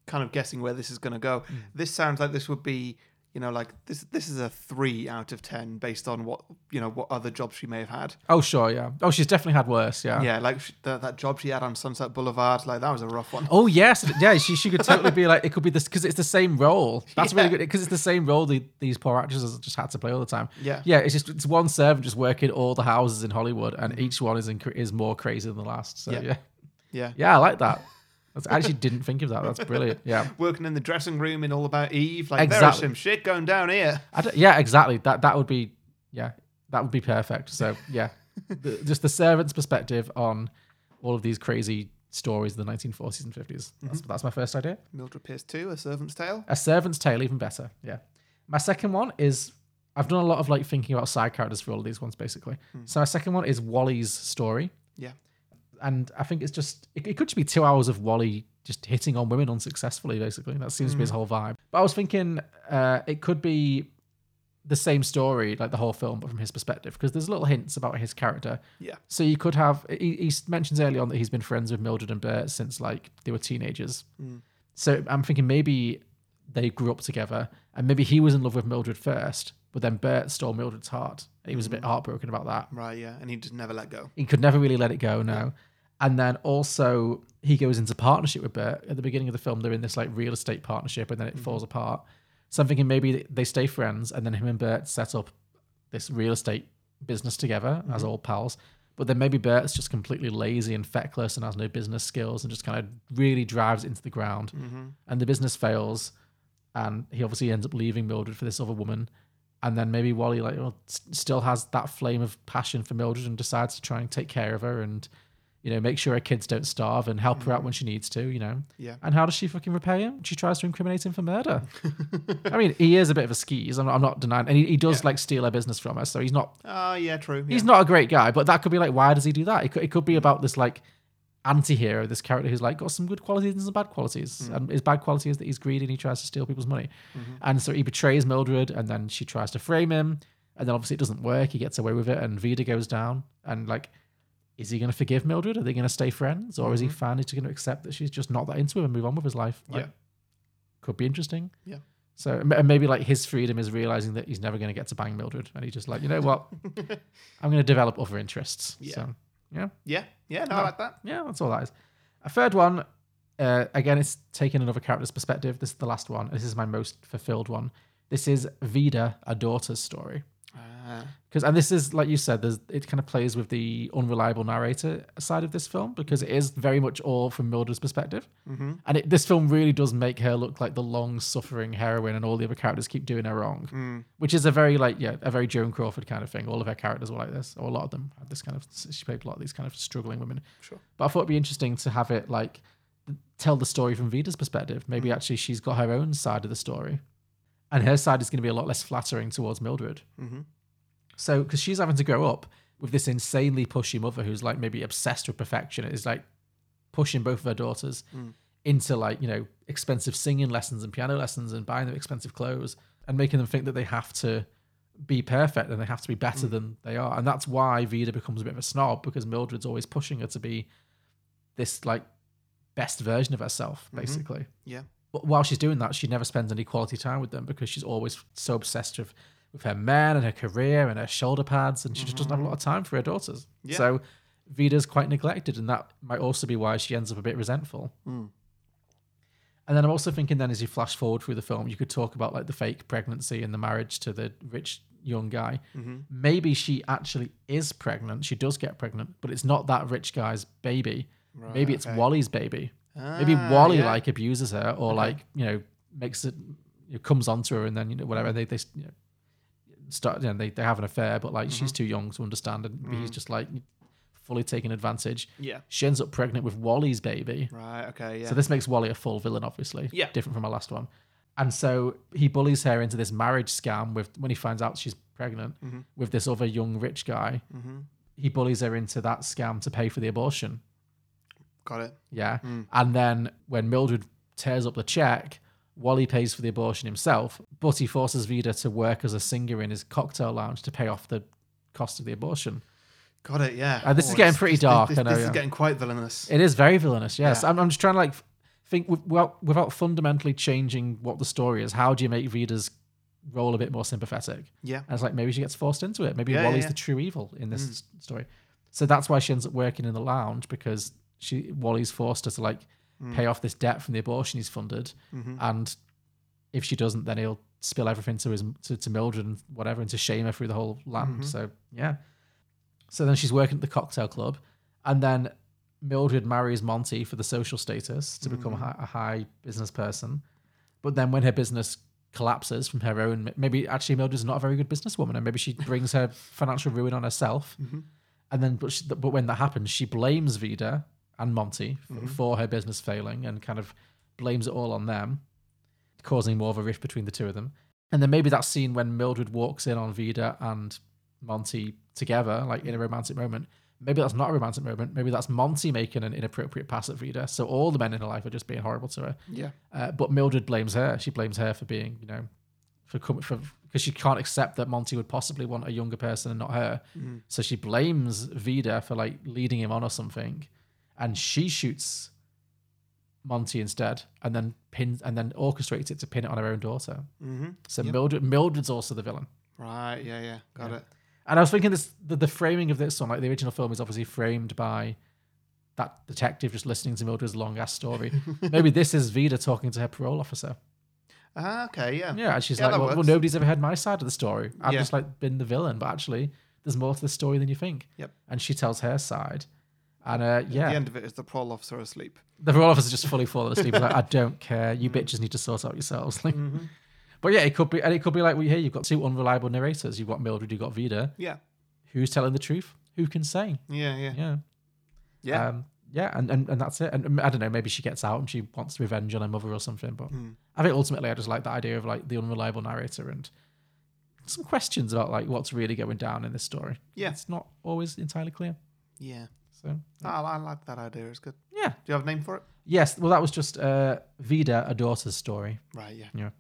[SPEAKER 2] kind of guessing where this is going to go.
[SPEAKER 1] Hmm.
[SPEAKER 2] This sounds like this would be, you know, like this. This is a three out of ten based on what you know what other jobs she may have had.
[SPEAKER 1] Oh sure, yeah. Oh, she's definitely had worse. Yeah.
[SPEAKER 2] Yeah, like sh that, that job she had on Sunset Boulevard, like that was a rough one.
[SPEAKER 1] Oh yes, yeah. She she could totally be like it could be this because it's the same role. That's really good because it's the same role the, these poor actresses just had to play all the time.
[SPEAKER 2] Yeah.
[SPEAKER 1] yeah. It's just it's one servant just working all the houses in Hollywood, and each one is in, is more crazy than the last. So
[SPEAKER 2] Yeah.
[SPEAKER 1] yeah, yeah,
[SPEAKER 2] Yeah.
[SPEAKER 1] I like that. That's, I actually didn't think of that. That's brilliant. Yeah,
[SPEAKER 2] Working in the dressing room in All About Eve, like there's
[SPEAKER 1] Exactly.
[SPEAKER 2] some shit going down here.
[SPEAKER 1] I don't- yeah, exactly. That that would be yeah, that would be perfect. So yeah, the, just the servant's perspective on all of these crazy stories of the 1940s and 50s. That's, that's my first idea.
[SPEAKER 2] Mildred Pierce 2, A Servant's Tale.
[SPEAKER 1] A Servant's Tale, even better. Yeah. My second one is I've done a lot of like thinking about side characters for all of these ones, basically. So my second one is Wally's story,
[SPEAKER 2] Yeah.
[SPEAKER 1] and I think it's just it, it could just be two hours of Wally just hitting on women unsuccessfully. Basically, that seems to be his whole vibe. But I was thinking uh, it could be the same story, like the whole film, but from his perspective, because there's little hints about his character.
[SPEAKER 2] Yeah.
[SPEAKER 1] So you could have he, he mentions early on that he's been friends with Mildred and Bert since like they were teenagers. So I'm thinking maybe they grew up together, and maybe he was in love with Mildred first, but then Bert stole Mildred's heart, and he was a bit heartbroken about that.
[SPEAKER 2] Right, yeah. And he just never let go.
[SPEAKER 1] He could never really let it go now. And then also he goes into partnership with Bert at the beginning of the film. They're in this like real estate partnership, and then it falls apart. So I'm thinking maybe they stay friends, and then him and Bert set up this real estate business together as old pals. But then maybe Bert's just completely lazy and feckless and has no business skills and just kind of really drives it into the ground. And the business fails, and he obviously ends up leaving Mildred for this other woman. And then maybe Wally like well, s- still has that flame of passion for Mildred and decides to try and take care of her and you know make sure her kids don't starve and help her out when she needs to. You know.
[SPEAKER 2] Yeah.
[SPEAKER 1] And how does she fucking repay him? She tries to incriminate him for murder. I mean, he is a bit of a skis. I'm, I'm not denying, and he, he does like steal her business from her. So he's not
[SPEAKER 2] Ah, yeah, true.
[SPEAKER 1] he's
[SPEAKER 2] yeah.
[SPEAKER 1] not a great guy, but that could be like, why does he do that? It could, it could be about this like anti-hero, this character who's like got some good qualities and some bad qualities.
[SPEAKER 2] Hmm.
[SPEAKER 1] And his bad quality is that he's greedy and he tries to steal people's money.
[SPEAKER 2] Mm-hmm.
[SPEAKER 1] And so he betrays Mildred, and then she tries to frame him, and then obviously it doesn't work. He gets away with it, and Vida goes down. And like, is he going to forgive Mildred? Are they going to stay friends, or is he finally going to accept that she's just not that into him and move on with his life? Like,
[SPEAKER 2] Mm-hmm. Yeah.
[SPEAKER 1] could be interesting.
[SPEAKER 2] Yeah.
[SPEAKER 1] So m- and maybe like his freedom is realizing that he's never going to get to bang Mildred, and he's just like, you know what, I'm going to develop other interests.
[SPEAKER 2] Yeah.
[SPEAKER 1] So, yeah,
[SPEAKER 2] Yeah, yeah, no, I like that.
[SPEAKER 1] yeah, that's all that is. A third one, uh, again, it's taking another character's perspective. This is the last one. This is my most fulfilled one. This is Vida, a daughter's story.
[SPEAKER 2] Ah,
[SPEAKER 1] Because and this is like you said, there's, it kind of plays with the unreliable narrator side of this film because it is very much all from Mildred's perspective, mm-hmm. and it, this film really does make her look like the long-suffering heroine, and all the other characters keep doing her wrong, which is a very like yeah, a very Joan Crawford kind of thing. All of her characters were like this, or a lot of them had this kind of. She played a lot of these kind of struggling women.
[SPEAKER 2] Sure.
[SPEAKER 1] But I thought it'd be interesting to have it like tell the story from Vida's perspective. Maybe actually she's got her own side of the story, and her side is going to be a lot less flattering towards Mildred. So, because she's having to grow up with this insanely pushy mother who's like maybe obsessed with perfection, is like pushing both of her daughters into like, you know, expensive singing lessons and piano lessons and buying them expensive clothes and making them think that they have to be perfect and they have to be better than they are. And that's why Vida becomes a bit of a snob because Mildred's always pushing her to be this like best version of herself, basically.
[SPEAKER 2] yeah.
[SPEAKER 1] But while she's doing that, she never spends any quality time with them because she's always so obsessed with, with her man and her career and her shoulder pads, and she just doesn't have a lot of time for her daughters.
[SPEAKER 2] Yeah.
[SPEAKER 1] So Vida's quite neglected, and that might also be why she ends up a bit resentful. And then I'm also thinking, then as you flash forward through the film, you could talk about like the fake pregnancy and the marriage to the rich young guy.
[SPEAKER 2] Mm-hmm.
[SPEAKER 1] Maybe she actually is pregnant. She does get pregnant, but it's not that rich guy's baby. Maybe it's
[SPEAKER 2] okay.
[SPEAKER 1] Wally's baby. Maybe
[SPEAKER 2] Ah,
[SPEAKER 1] Wally
[SPEAKER 2] yeah.
[SPEAKER 1] like abuses her or like you know makes it you know, comes onto her and then you know whatever they they you know, start you know, they they have an affair, but like
[SPEAKER 2] Mm-hmm.
[SPEAKER 1] she's too young to understand and he's just like fully taking advantage.
[SPEAKER 2] Mm. Yeah.
[SPEAKER 1] she ends up pregnant with Wally's baby.
[SPEAKER 2] Right, okay, yeah.
[SPEAKER 1] So this makes Wally a full villain, obviously.
[SPEAKER 2] Yeah.
[SPEAKER 1] Different from our last one. And so he bullies her into this marriage scam with when he finds out she's pregnant
[SPEAKER 2] Mm-hmm.
[SPEAKER 1] with this other young rich guy. He bullies her into that scam to pay for the abortion.
[SPEAKER 2] Got it.
[SPEAKER 1] Yeah.
[SPEAKER 2] Mm.
[SPEAKER 1] And then when Mildred tears up the check, Wally pays for the abortion himself, but he forces Vida to work as a singer in his cocktail lounge to pay off the cost of the abortion.
[SPEAKER 2] Got it, yeah. Oh,
[SPEAKER 1] Uh, this is getting pretty dark,
[SPEAKER 2] This,
[SPEAKER 1] I know,
[SPEAKER 2] this is
[SPEAKER 1] yeah.
[SPEAKER 2] getting quite villainous.
[SPEAKER 1] It is very villainous. Yes,
[SPEAKER 2] Yeah.
[SPEAKER 1] I'm, I'm just trying to like f- think wi- without without fundamentally changing what the story is. How do you make Vida's role a bit more sympathetic?
[SPEAKER 2] Yeah.
[SPEAKER 1] And it's like maybe she gets forced into it. Maybe
[SPEAKER 2] Yeah, yeah,
[SPEAKER 1] Wally's
[SPEAKER 2] yeah. Mm.
[SPEAKER 1] the true evil in this s- story. So that's why she ends up working in the lounge because she Wally's forced her to like
[SPEAKER 2] Mm.
[SPEAKER 1] pay off this debt from the abortion he's funded,
[SPEAKER 2] Mm-hmm.
[SPEAKER 1] and if she doesn't, then he'll spill everything to his to, to Mildred and whatever, and to shame her through the whole land.
[SPEAKER 2] Mm-hmm.
[SPEAKER 1] So yeah. So then she's working at the cocktail club, and then Mildred marries Monty for the social status to
[SPEAKER 2] Mm.
[SPEAKER 1] become a hi- a high business person. But then when her business collapses from her own, maybe actually Mildred's not a very good businesswoman, and maybe she brings her financial ruin on herself. And then, but, she, but when that happens, she blames Vida and Monty f- for her business failing and kind of blames it all on them, causing more of a rift between the two of them. And then maybe that scene when Mildred walks in on Vida and Monty together, like in a romantic moment. Maybe that's not a romantic moment. Maybe that's Monty making an inappropriate pass at Vida. So all the men in her life are just being horrible to her.
[SPEAKER 2] Yeah.
[SPEAKER 1] Uh, but Mildred blames her. She blames her for being, you know, for coming for because she can't accept that Monty would possibly want a younger person and not her.
[SPEAKER 2] Mhm.
[SPEAKER 1] So she blames Vida for like leading him on or something, and she shoots Monty instead, and then pins and then orchestrates it to pin it on her own daughter.
[SPEAKER 2] Mm-hmm.
[SPEAKER 1] So
[SPEAKER 2] Yep.
[SPEAKER 1] Mildred Mildred's also the villain.
[SPEAKER 2] Right. Yeah. Yeah. Got
[SPEAKER 1] Yeah.
[SPEAKER 2] it.
[SPEAKER 1] And I was thinking this the, the framing of this one, like the original film, is obviously framed by that detective just listening to Mildred's long ass story. Maybe this is Vida talking to her parole officer.
[SPEAKER 2] Ah, okay. Yeah.
[SPEAKER 1] Yeah, and she's
[SPEAKER 2] Yeah,
[SPEAKER 1] like,
[SPEAKER 2] that
[SPEAKER 1] well, well,
[SPEAKER 2] works.
[SPEAKER 1] nobody's ever heard my side of the story. I've
[SPEAKER 2] Yeah.
[SPEAKER 1] just like been the villain, but actually, there's more to the story than you think.
[SPEAKER 2] Yep.
[SPEAKER 1] And she tells her side, and uh, yeah,
[SPEAKER 2] The end of it is the parole officer asleep.
[SPEAKER 1] the parole officer just fully fallen asleep. He's like, I don't care. You
[SPEAKER 2] Mm.
[SPEAKER 1] bitches need to sort out yourselves. Like,
[SPEAKER 2] Mm-hmm.
[SPEAKER 1] but yeah, it could be, and it could be like we hear you've got two unreliable narrators. You've got Mildred, you've got Vida.
[SPEAKER 2] Yeah.
[SPEAKER 1] Who's telling the truth? Who can say?
[SPEAKER 2] Yeah. Yeah.
[SPEAKER 1] Yeah.
[SPEAKER 2] Yeah.
[SPEAKER 1] Um, yeah, and, and, and that's it. And um, I don't know, maybe she gets out and she wants revenge on her mother or something. But
[SPEAKER 2] Hmm.
[SPEAKER 1] I think ultimately, I just like the idea of like the unreliable narrator and some questions about like what's really going down in this story.
[SPEAKER 2] Yeah.
[SPEAKER 1] it's not always entirely clear.
[SPEAKER 2] yeah.
[SPEAKER 1] So
[SPEAKER 2] I, I like that idea. It's good.
[SPEAKER 1] yeah,
[SPEAKER 2] Do you have a name for it?
[SPEAKER 1] yes. Well, that was just uh, Vida, a daughter's story.
[SPEAKER 2] Right. Yeah.
[SPEAKER 1] Yeah.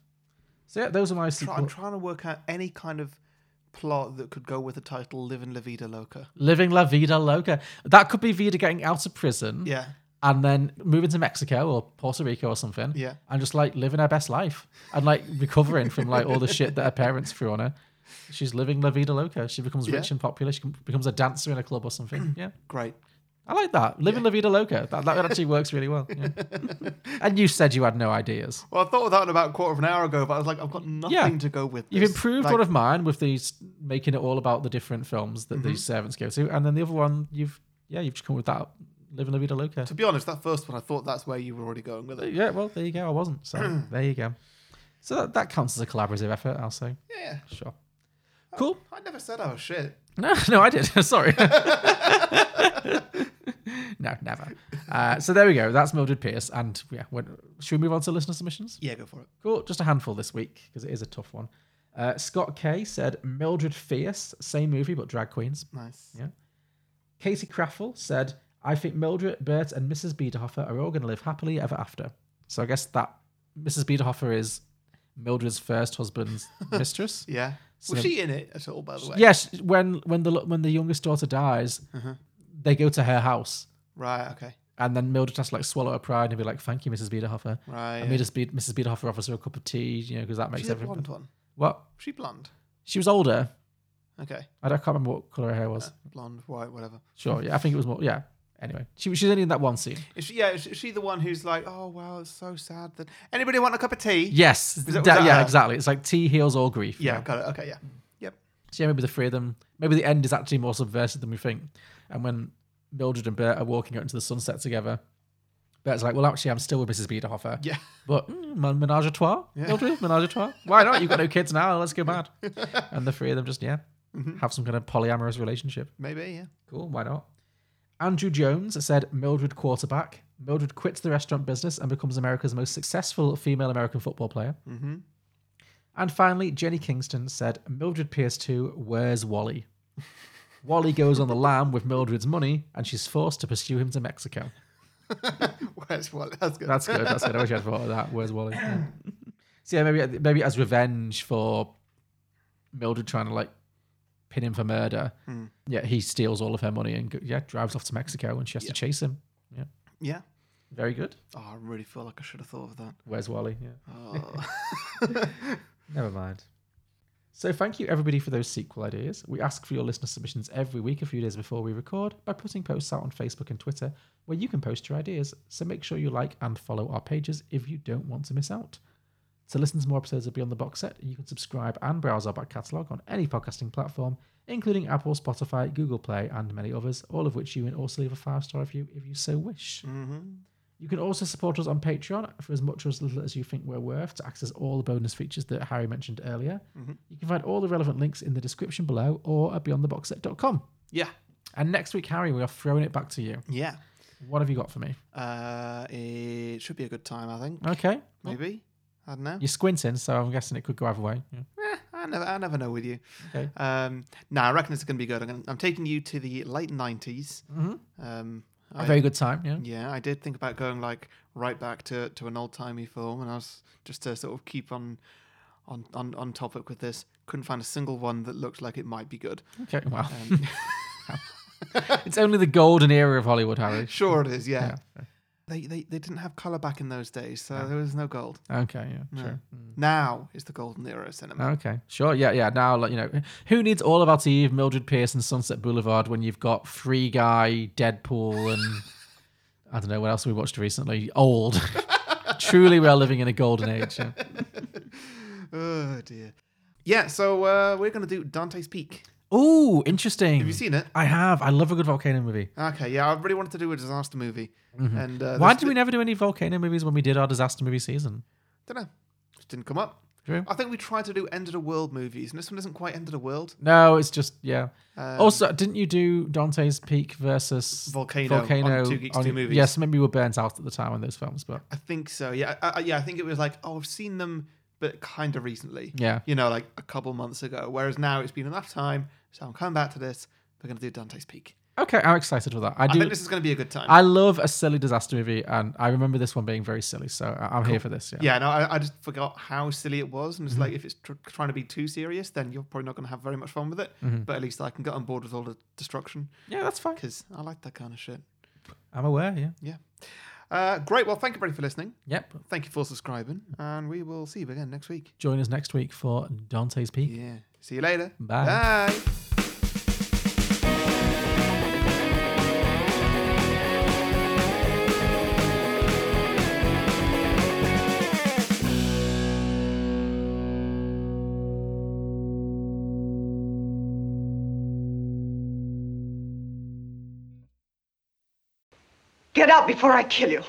[SPEAKER 1] So yeah, those are my
[SPEAKER 2] Try,
[SPEAKER 1] sequel-
[SPEAKER 2] I'm trying to work out any kind of plot that could go with the title "Live in La Vida Loca."
[SPEAKER 1] living la vida loca. That could be Vida getting out of prison.
[SPEAKER 2] Yeah.
[SPEAKER 1] and then moving to Mexico or Puerto Rico or something.
[SPEAKER 2] Yeah.
[SPEAKER 1] And just like living her best life and like recovering from like all the shit that her parents threw on her. She's living La Vida Loca. She becomes rich
[SPEAKER 2] Yeah.
[SPEAKER 1] and popular. She com- becomes a dancer in a club or something. Yeah.
[SPEAKER 2] Great.
[SPEAKER 1] I like that. Living La Vida Loca. That, that actually works really well. Yeah. and you said you had no ideas.
[SPEAKER 2] Well, I thought of that about a quarter of an hour ago, but I was like, I've got nothing to go with.
[SPEAKER 1] You've
[SPEAKER 2] this.
[SPEAKER 1] improved
[SPEAKER 2] Like,
[SPEAKER 1] one of mine with these making it all about the different films that
[SPEAKER 2] Mm-hmm.
[SPEAKER 1] these servants go to. And then the other one, you've, yeah, you've just come with that. Living La Vida Loca.
[SPEAKER 2] To be honest, that first one, I thought that's where you were already going with it.
[SPEAKER 1] Yeah, well, there you go. I wasn't. So there you go. So that, that counts as a collaborative effort, I'll say.
[SPEAKER 2] Yeah.
[SPEAKER 1] Sure. Cool.
[SPEAKER 2] I never said I was shit.
[SPEAKER 1] No, no, I did. Sorry. no, never. Uh, so there we go. That's Mildred Pierce. And yeah, when, should we move on to listener submissions?
[SPEAKER 2] Yeah, go for it.
[SPEAKER 1] Cool. Just a handful this week because it is a tough one. Uh, Scott K said Mildred Fierce, same movie, but drag queens.
[SPEAKER 2] Nice.
[SPEAKER 1] Yeah. Casey Craffle said, I think Mildred, Bert, and Mrs. Biederhofer are all going to live happily ever after. So I guess that Mrs. Biederhofer is Mildred's first husband's mistress.
[SPEAKER 2] Yeah. Was
[SPEAKER 1] So-
[SPEAKER 2] she in it at all, by the way?
[SPEAKER 1] Yes, when when the when the youngest daughter dies,
[SPEAKER 2] Uh-huh.
[SPEAKER 1] they go to her house,
[SPEAKER 2] Right. Okay.
[SPEAKER 1] and then Mildred has to like swallow her pride and be like, "Thank you, Mrs. Biederhofer."
[SPEAKER 2] Right.
[SPEAKER 1] And Mrs. Bied- Mrs. Biederhofer offers her a cup of tea, you know, because that makes
[SPEAKER 2] She's a
[SPEAKER 1] everything.
[SPEAKER 2] blonde one.
[SPEAKER 1] What?
[SPEAKER 2] She blonde.
[SPEAKER 1] She was older.
[SPEAKER 2] Okay.
[SPEAKER 1] I don't- I can't remember what color her hair
[SPEAKER 2] Uh.
[SPEAKER 1] was.
[SPEAKER 2] Blonde, white, whatever.
[SPEAKER 1] Sure, yeah, I think it was more. Yeah. Anyway, she she's only in that one scene.
[SPEAKER 2] Is she, yeah, is she the one who's like, oh, wow, it's so sad that. Anybody want a cup of tea?
[SPEAKER 1] Yes.
[SPEAKER 2] that- was
[SPEAKER 1] that-
[SPEAKER 2] that
[SPEAKER 1] yeah,
[SPEAKER 2] her?
[SPEAKER 1] exactly. It's like tea heals all grief.
[SPEAKER 2] Yeah, got it. Okay, yeah. Yep.
[SPEAKER 1] So yeah, maybe the three of them, maybe the end is actually more subversive than we think. And when Mildred and Bert are walking out into the sunset together, Bert's like, well, actually, I'm still with Mrs. Biederhofer.
[SPEAKER 2] Yeah.
[SPEAKER 1] But mm, men- menage a trois, Mildred, menage a trois. Why not? You've got no kids now. Let's go mad. and the three of them just, yeah,
[SPEAKER 2] Mm-hmm.
[SPEAKER 1] have some kind of polyamorous relationship.
[SPEAKER 2] Maybe, yeah.
[SPEAKER 1] Cool. Why not? Andrew Jones said Mildred quarterback. Mildred quits the restaurant business and becomes America's most successful female American football player.
[SPEAKER 2] Mm-hmm.
[SPEAKER 1] And finally, Jenny Kingston said, Mildred Pierce 2, where's Wally? Wally goes on the lam with Mildred's money and she's forced to pursue him to Mexico.
[SPEAKER 2] Where's what? That's good.
[SPEAKER 1] That's good. That's good. I wish I'd thought of that. Where's Wally? Yeah. so yeah, maybe maybe as revenge for Mildred trying to like pin him for murder. Yeah, he steals all of her money and go, yeah drives off to Mexico and she has to chase him. Yeah,
[SPEAKER 2] Yeah.
[SPEAKER 1] very good.
[SPEAKER 2] Oh, I really feel like I should have thought of that.
[SPEAKER 1] Where's Wally? Yeah.
[SPEAKER 2] Oh.
[SPEAKER 1] Never mind. So thank you everybody for those sequel ideas. We ask for your listener submissions every week a few days before we record by putting posts out on Facebook and Twitter where you can post your ideas. So make sure you like and follow our pages if you don't want to miss out. To listen to more episodes of Beyond the Box Set, you can subscribe and browse our back catalogue on any podcasting platform, including Apple, Spotify, Google Play, and many others, all of which you can also leave a five-star review if you so wish. You can also support us on Patreon for as much or as little as you think we're worth to access all the bonus features that Harry mentioned earlier.
[SPEAKER 2] Mm-hmm.
[SPEAKER 1] You can find all the relevant links in the description below or at beyondtheboxset.com.
[SPEAKER 2] yeah.
[SPEAKER 1] And next week, Harry, we are throwing it back to you.
[SPEAKER 2] Yeah.
[SPEAKER 1] What have you got for me?
[SPEAKER 2] Uh, it should be a good time, I think.
[SPEAKER 1] Okay.
[SPEAKER 2] Maybe. I don't know.
[SPEAKER 1] You're squinting, so I'm guessing it could go either way. Yeah.
[SPEAKER 2] Eh, I never, I never know with you.
[SPEAKER 1] Okay.
[SPEAKER 2] Um, no, I reckon it's going to be good. I'm, gonna, I'm taking you to the late '90s.
[SPEAKER 1] Mhm.
[SPEAKER 2] Um,
[SPEAKER 1] A
[SPEAKER 2] I-
[SPEAKER 1] very good time, yeah.
[SPEAKER 2] Yeah, I did think about going like right back to, to an old timey film, and I was just to sort of keep on, on on on topic with this. Couldn't find a single one that looked like it might be good.
[SPEAKER 1] Okay, well,
[SPEAKER 2] Um,
[SPEAKER 1] it's only the golden era of Hollywood, Harry.
[SPEAKER 2] sure it is. Yeah,
[SPEAKER 1] Yeah,
[SPEAKER 2] They, they they didn't have color back in those days, so there was no gold.
[SPEAKER 1] Okay, yeah,
[SPEAKER 2] No.
[SPEAKER 1] sure.
[SPEAKER 2] Now is the golden era of cinema.
[SPEAKER 1] Okay, sure, yeah, yeah. Now, like you know, who needs all about Eve, Mildred Pierce, and Sunset Boulevard when you've got Free Guy, Deadpool, and I don't know what else we watched recently. Old. Truly, we are living in a golden age. yeah.
[SPEAKER 2] Oh dear. Yeah, so uh, we're gonna do Dante's Peak.
[SPEAKER 1] Ooh, interesting.
[SPEAKER 2] Have you seen it?
[SPEAKER 1] I have. I love a good volcano movie.
[SPEAKER 2] Okay, yeah, I really wanted to do a disaster movie, and uh,
[SPEAKER 1] Mm-hmm. Why
[SPEAKER 2] this-
[SPEAKER 1] did we never do any volcano movies when we did our disaster movie season?
[SPEAKER 2] Don't know. Just didn't come up.
[SPEAKER 1] True.
[SPEAKER 2] I think we tried to do end of the world movies, and this one isn't quite end of the world.
[SPEAKER 1] No, it's just yeah.
[SPEAKER 2] Um,
[SPEAKER 1] also, didn't you do Dante's Peak versus
[SPEAKER 2] Volcano on Two Geeks, Two Movies.
[SPEAKER 1] Yes, maybe we were burnt out at the time on those films, but
[SPEAKER 2] I think so. Yeah, I, I, yeah. I think it was like, oh, I've seen them, but kind of recently.
[SPEAKER 1] Yeah.
[SPEAKER 2] You know, like a couple months ago. Whereas now it's been enough time, so I'm coming back to this. We're gonna do Dante's Peak.
[SPEAKER 1] okay, I'm excited for that. I
[SPEAKER 2] I,
[SPEAKER 1] do. I,
[SPEAKER 2] think this is gonna be a good time.
[SPEAKER 1] love a silly disaster movie, and I remember this one being very silly, so I- I'm here for this. Yeah.
[SPEAKER 2] yeah, no, I, I just forgot how silly it was,
[SPEAKER 1] Mm-hmm.
[SPEAKER 2] and it's like if it's tr- trying to be too serious, then you're probably not going to have very much fun with it.
[SPEAKER 1] Mm-hmm.
[SPEAKER 2] But at least I can get on board with all the destruction
[SPEAKER 1] Yeah, that's fine.
[SPEAKER 2] because I like that kind of shit.
[SPEAKER 1] I'm aware. Yeah.
[SPEAKER 2] Yeah. Uh, great. Well, thank you, everybody, for listening.
[SPEAKER 1] Yep.
[SPEAKER 2] Thank you for subscribing, and we will see you again next week.
[SPEAKER 1] Join us next week for Dante's Peak.
[SPEAKER 2] Yeah. See you later.
[SPEAKER 1] Bye.
[SPEAKER 2] Bye.
[SPEAKER 5] Get out before I kill you.